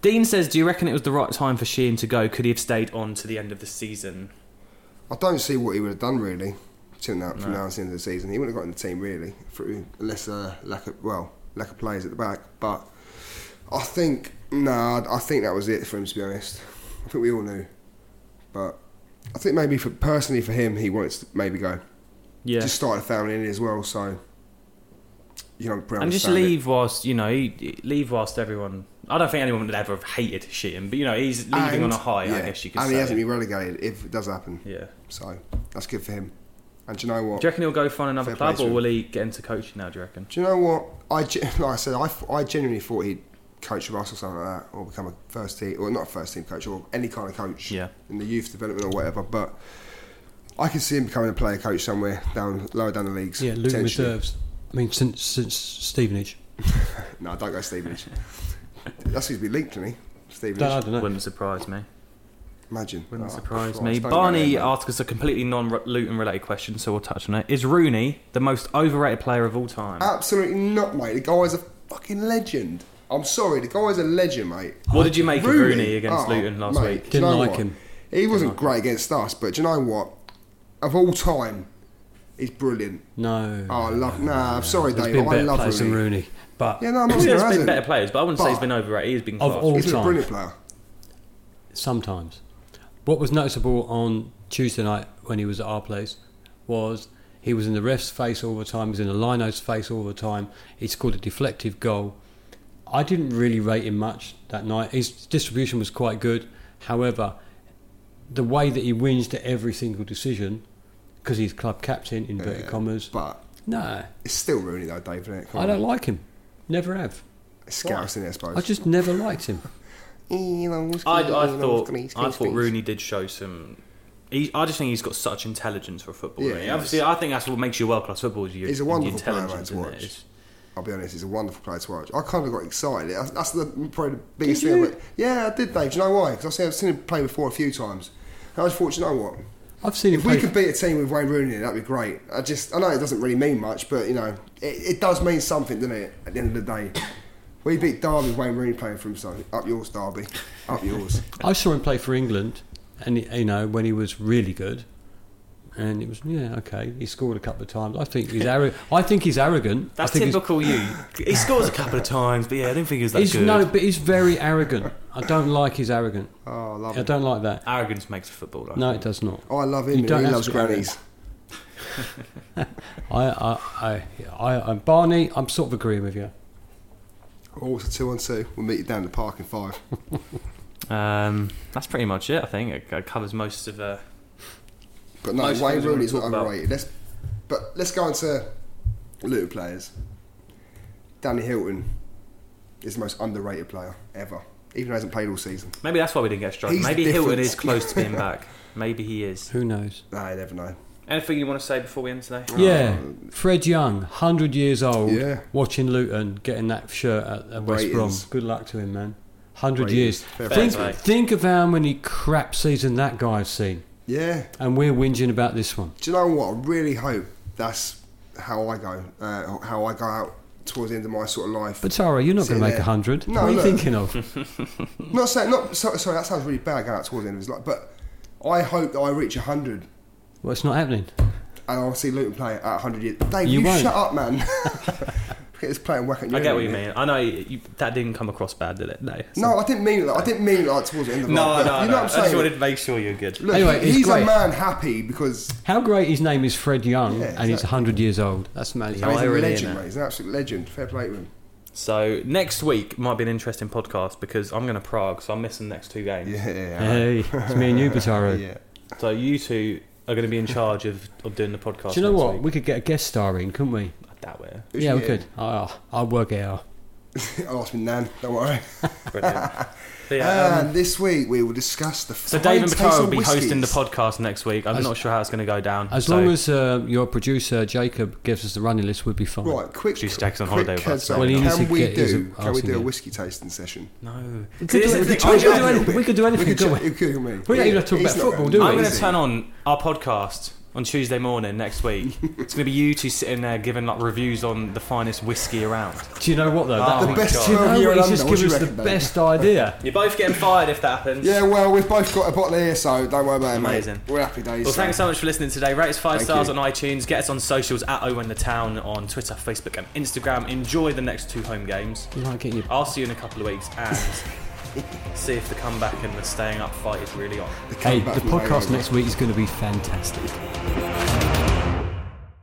Speaker 2: Dean says, "Do you reckon it was the right time for Sheehan to go? Could he have stayed on to the end of the season?"
Speaker 4: I don't see what he would have done really. Till now, from now to the end of the season, he wouldn't have got in the team really, through less uh, lack of well lack of players at the back. But I think nah, I think that was it for him to be honest. I think we all knew, but I think maybe for personally for him, he wanted to maybe go.
Speaker 2: Yeah,
Speaker 4: Just started a family in it as well, so you know, pretty
Speaker 2: and just
Speaker 4: understand it.
Speaker 2: leave whilst you know he, leave whilst everyone. I don't think anyone would ever have hated Sheehan, but you know he's leaving on
Speaker 4: And-
Speaker 2: a high. I
Speaker 4: yeah,
Speaker 2: guess you could
Speaker 4: and
Speaker 2: say.
Speaker 4: he hasn't been relegated if it does happen.
Speaker 2: yeah.
Speaker 4: So that's good for him. And do you know what?
Speaker 2: Do you reckon he'll go find another
Speaker 4: Fair
Speaker 2: club,
Speaker 4: play to
Speaker 2: or
Speaker 4: him.
Speaker 2: will he get into coaching now? Do you reckon?
Speaker 4: Do you know what? I ge- *laughs* like I said, I, f- I genuinely thought he'd coach with us or something like that, or become a first team, or not a first team coach, or any kind of coach
Speaker 2: Yeah.
Speaker 4: in the youth development or whatever. But I can see him becoming a player coach somewhere down lower down the leagues.
Speaker 5: yeah, Luke
Speaker 4: potentially.
Speaker 5: reserves. I mean, since since Stevenage,
Speaker 4: No, don't go Stevenage. *laughs* That's who's be linked to me. Stevenage.
Speaker 5: I don't know.
Speaker 2: Wouldn't surprise me.
Speaker 4: Imagine.
Speaker 2: Wouldn't
Speaker 4: Oh,
Speaker 2: surprise
Speaker 4: Christ,
Speaker 2: me.
Speaker 4: don't go
Speaker 2: Barney
Speaker 4: there, mate.
Speaker 2: asks us a completely non Luton related question, so we'll touch on it. Is Rooney the most overrated player of all time?
Speaker 4: Absolutely not, mate. The guy is a fucking legend. I'm sorry, the guy is a legend, mate.
Speaker 2: what did you make of Rooney against
Speaker 4: Oh,
Speaker 2: Luton last
Speaker 4: mate,
Speaker 2: week?
Speaker 4: do you
Speaker 5: Didn't
Speaker 4: know
Speaker 5: like
Speaker 4: what?
Speaker 5: him.
Speaker 4: He wasn't great against us, but do you know what? Of all time, he's brilliant.
Speaker 5: No.
Speaker 4: Oh, I love. Nah, I'm sorry,
Speaker 5: There's
Speaker 4: Dave.
Speaker 5: been
Speaker 4: I
Speaker 5: better
Speaker 4: love
Speaker 5: players
Speaker 4: Rooney.
Speaker 5: than Rooney, but
Speaker 4: Yeah, no, I'm not
Speaker 2: There's
Speaker 4: saying there
Speaker 2: been
Speaker 4: hasn't.
Speaker 2: better players, but I wouldn't say he's
Speaker 4: But-
Speaker 2: been overrated. He's been
Speaker 5: Of
Speaker 2: class.
Speaker 5: all-
Speaker 4: He's a
Speaker 5: time.
Speaker 4: brilliant player.
Speaker 5: sometimes. What was noticeable on Tuesday night when he was at our place was he was in the ref's face all the time, he was in the lino's face all the time. He scored a deflective goal. I didn't really rate him much that night. His distribution was quite good. However, the way that he whinged at every single decision, because he's club captain, inverted
Speaker 4: Yeah.
Speaker 5: commas.
Speaker 4: But
Speaker 5: No,
Speaker 4: it's still Rooney though, Dave, isn't it? Come
Speaker 5: I
Speaker 4: on.
Speaker 5: don't like him. Never have.
Speaker 4: It's Scouse in it, I suppose.
Speaker 5: I just never liked him.
Speaker 2: I, I thought I thought Rooney did show some. He, I just think he's got such intelligence for a footballer.
Speaker 4: Yeah,
Speaker 2: And
Speaker 4: he
Speaker 2: Obviously, I think that's what makes you a world class footballer. is Your,
Speaker 4: He's a wonderful
Speaker 2: your
Speaker 4: player, man,
Speaker 2: intelligence,
Speaker 4: to
Speaker 2: isn't it?
Speaker 4: watch.
Speaker 2: It's-
Speaker 4: I'll be honest, it's a wonderful player to watch. I kind of got excited. That's, that's the, probably the biggest thing. Of it. Yeah, I did, Dave. Do you know why? Because I've seen, I've seen him play before a few times. And I just thought, "Do you know what?
Speaker 5: I've seen him.
Speaker 4: If we
Speaker 5: Play,
Speaker 4: could beat a team with Wayne Rooney, in it, that'd be great. I just, I know it doesn't really mean much, but you know, it, it does mean something, doesn't it? At the end of the day, we beat Derby. with Wayne Rooney playing for himself. Up yours, Derby. Up yours.
Speaker 5: I saw him play for England, and you know when he was really good, and it was yeah okay. He scored a couple of times. I think he's
Speaker 2: *laughs*
Speaker 5: arrogant. I think he's arrogant.
Speaker 2: That's
Speaker 5: I think he's-
Speaker 2: typical you. He scores a couple of times, but yeah, I don't think he was that
Speaker 5: He's,
Speaker 2: good.
Speaker 5: no, but he's very arrogant. I don't like his arrogant.
Speaker 4: *laughs* Oh, I love
Speaker 5: I
Speaker 4: it.
Speaker 5: don't like that.
Speaker 2: Arrogance makes a footballer.
Speaker 5: No, it does not.
Speaker 4: Oh, I love
Speaker 5: You
Speaker 4: him. He
Speaker 5: don't have
Speaker 4: loves
Speaker 5: to be arrogant.
Speaker 4: grannies.
Speaker 5: I, I, I, I, I'm Barney. I'm sort of agreeing with you.
Speaker 4: Oh, it's a two on two. We'll meet you down the park in five.
Speaker 2: Um, that's pretty much it. I think it, it covers most of. Uh,
Speaker 4: But no,
Speaker 2: Most
Speaker 4: Wayne
Speaker 2: things we wanna
Speaker 4: Rooney's not
Speaker 2: talk about.
Speaker 4: overrated. Let's, but let's go on to Luton players. Danny Hilton is the most underrated player ever, even though he hasn't played all season.
Speaker 2: maybe that's why we didn't get a strike.
Speaker 4: He's
Speaker 2: Maybe
Speaker 4: different.
Speaker 2: Hilton is close to *laughs* being back. Maybe he is.
Speaker 5: Who knows?
Speaker 4: Nah, you never know.
Speaker 2: Anything you want to say before we end today?
Speaker 5: Yeah, Fred Young, hundred years old,
Speaker 4: Yeah.
Speaker 5: watching Luton, getting that shirt at, at West Brom.
Speaker 4: Ratings.
Speaker 5: Good luck to him, man. Hundred
Speaker 4: Ratings.
Speaker 5: years.
Speaker 4: Fair
Speaker 5: Think,
Speaker 2: play.
Speaker 5: think of how many crap season that guy's seen,
Speaker 4: Yeah.
Speaker 5: and we're whinging about this one.
Speaker 4: Do you know what? I really hope that's how I go. Uh, how I go out towards the end of my sort of life.
Speaker 5: But Tara, you're not
Speaker 4: Sitting
Speaker 5: going to
Speaker 4: there.
Speaker 5: make hundred.
Speaker 4: No,
Speaker 5: what are you
Speaker 4: look. *laughs*
Speaker 5: thinking of?
Speaker 4: Not saying, not so, sorry. That sounds really bad. Going out towards the end of his life, but I hope that I reach hundred
Speaker 5: well, it's not happening.
Speaker 4: and I'll see Luton play at 100 years. Dave,
Speaker 5: You
Speaker 4: you,
Speaker 5: won't.
Speaker 4: shut up, man. *laughs* Get this player whacking
Speaker 2: I get what you mean. I know you, you, that didn't come across bad, did it? No.
Speaker 4: No, I didn't mean it. Like, I didn't mean it like towards the end of
Speaker 2: No,
Speaker 4: life, but
Speaker 2: no,
Speaker 4: You know what
Speaker 2: no. I
Speaker 4: I'm
Speaker 2: just
Speaker 4: saying?
Speaker 2: wanted to make sure you're good.
Speaker 4: Look,
Speaker 5: Anyway,
Speaker 4: he's,
Speaker 5: he's
Speaker 4: a
Speaker 5: great.
Speaker 4: man happy because
Speaker 5: How great his name is Fred Young,
Speaker 4: Yeah,
Speaker 5: and he's
Speaker 4: exactly.
Speaker 5: hundred years old. That's Mally.
Speaker 4: he's a
Speaker 2: irony,
Speaker 4: legend,
Speaker 2: innit?
Speaker 4: mate. He's an absolute legend. Fair play to him.
Speaker 2: So next week might be an interesting podcast because I'm going to Prague, so I'm missing the next two games.
Speaker 4: Yeah, yeah,
Speaker 5: Hey, it's me and you,
Speaker 4: *laughs*
Speaker 5: Bataro.
Speaker 4: yeah.
Speaker 2: So you two are going to be in charge of, of doing the podcast.
Speaker 5: Do you know
Speaker 2: next
Speaker 5: what?
Speaker 2: Week.
Speaker 5: We could get a guest star in, couldn't we?
Speaker 2: I doubt it.
Speaker 4: Who's
Speaker 5: yeah,
Speaker 4: she
Speaker 5: we
Speaker 4: in?
Speaker 5: could. Oh, I'll work it out.
Speaker 4: I'll ask me Nan. Don't worry.
Speaker 2: *laughs* Brilliant. But yeah, um,
Speaker 4: and this week we will discuss the.
Speaker 2: so Dave and Picard will be hosting the
Speaker 4: podcast.
Speaker 2: podcast next week. I'm
Speaker 5: As-
Speaker 2: not sure how it's going to go down.
Speaker 5: As
Speaker 2: so-
Speaker 5: long as uh, your producer Jacob gives us the running list, we'll be fine.
Speaker 4: Right, quick.
Speaker 2: Producer Jack's on
Speaker 4: quick
Speaker 2: holiday, but-
Speaker 4: heads up.
Speaker 5: Well, he needs
Speaker 4: can
Speaker 5: to
Speaker 4: we
Speaker 5: get his
Speaker 4: do? Can we
Speaker 5: arse in
Speaker 4: do a
Speaker 5: it.
Speaker 4: whiskey tasting session?
Speaker 2: no,
Speaker 5: could
Speaker 2: See,
Speaker 5: do-
Speaker 2: this
Speaker 5: we
Speaker 2: is the
Speaker 5: could
Speaker 2: thing, I'm
Speaker 5: change it
Speaker 2: gonna-
Speaker 5: up a little bit. We could do anything,
Speaker 4: We
Speaker 5: couldn't
Speaker 4: could, we? could, we?
Speaker 5: We don't even have to talk
Speaker 4: He's
Speaker 5: about
Speaker 4: not
Speaker 5: football,
Speaker 4: gonna
Speaker 5: do we?
Speaker 4: do
Speaker 2: I'm going to
Speaker 4: anything.
Speaker 2: turn on our podcast on Tuesday morning next week. it's going to be you two sitting there giving like reviews on the finest whiskey around.
Speaker 5: Do you know what though?
Speaker 2: Oh
Speaker 4: The
Speaker 2: my
Speaker 4: best
Speaker 2: God.
Speaker 5: Do you know
Speaker 4: 12 year
Speaker 5: what?
Speaker 4: old
Speaker 5: He's just
Speaker 4: under, what do
Speaker 5: given
Speaker 4: you
Speaker 5: us the
Speaker 4: reckon, Dave?
Speaker 5: best idea.
Speaker 2: You're both getting fired if that happens.
Speaker 4: Yeah, well, we've both got a bottle here, so don't worry about it, mate.
Speaker 2: Amazing.
Speaker 4: We're happy days.
Speaker 2: Well, thanks uh, so much for listening today. Rate us five
Speaker 4: Thank
Speaker 2: stars
Speaker 4: you.
Speaker 2: on iTunes. Get us on socials at Owen the Town on Twitter, Facebook, and Instagram. Enjoy the next two home games.
Speaker 5: You like getting your
Speaker 2: I'll see you in a couple of weeks and *laughs* see if the comeback and the staying up fight is really on.
Speaker 5: Hey,
Speaker 4: back
Speaker 5: the
Speaker 4: from
Speaker 5: podcast
Speaker 4: hangover.
Speaker 5: next week is going to be fantastic.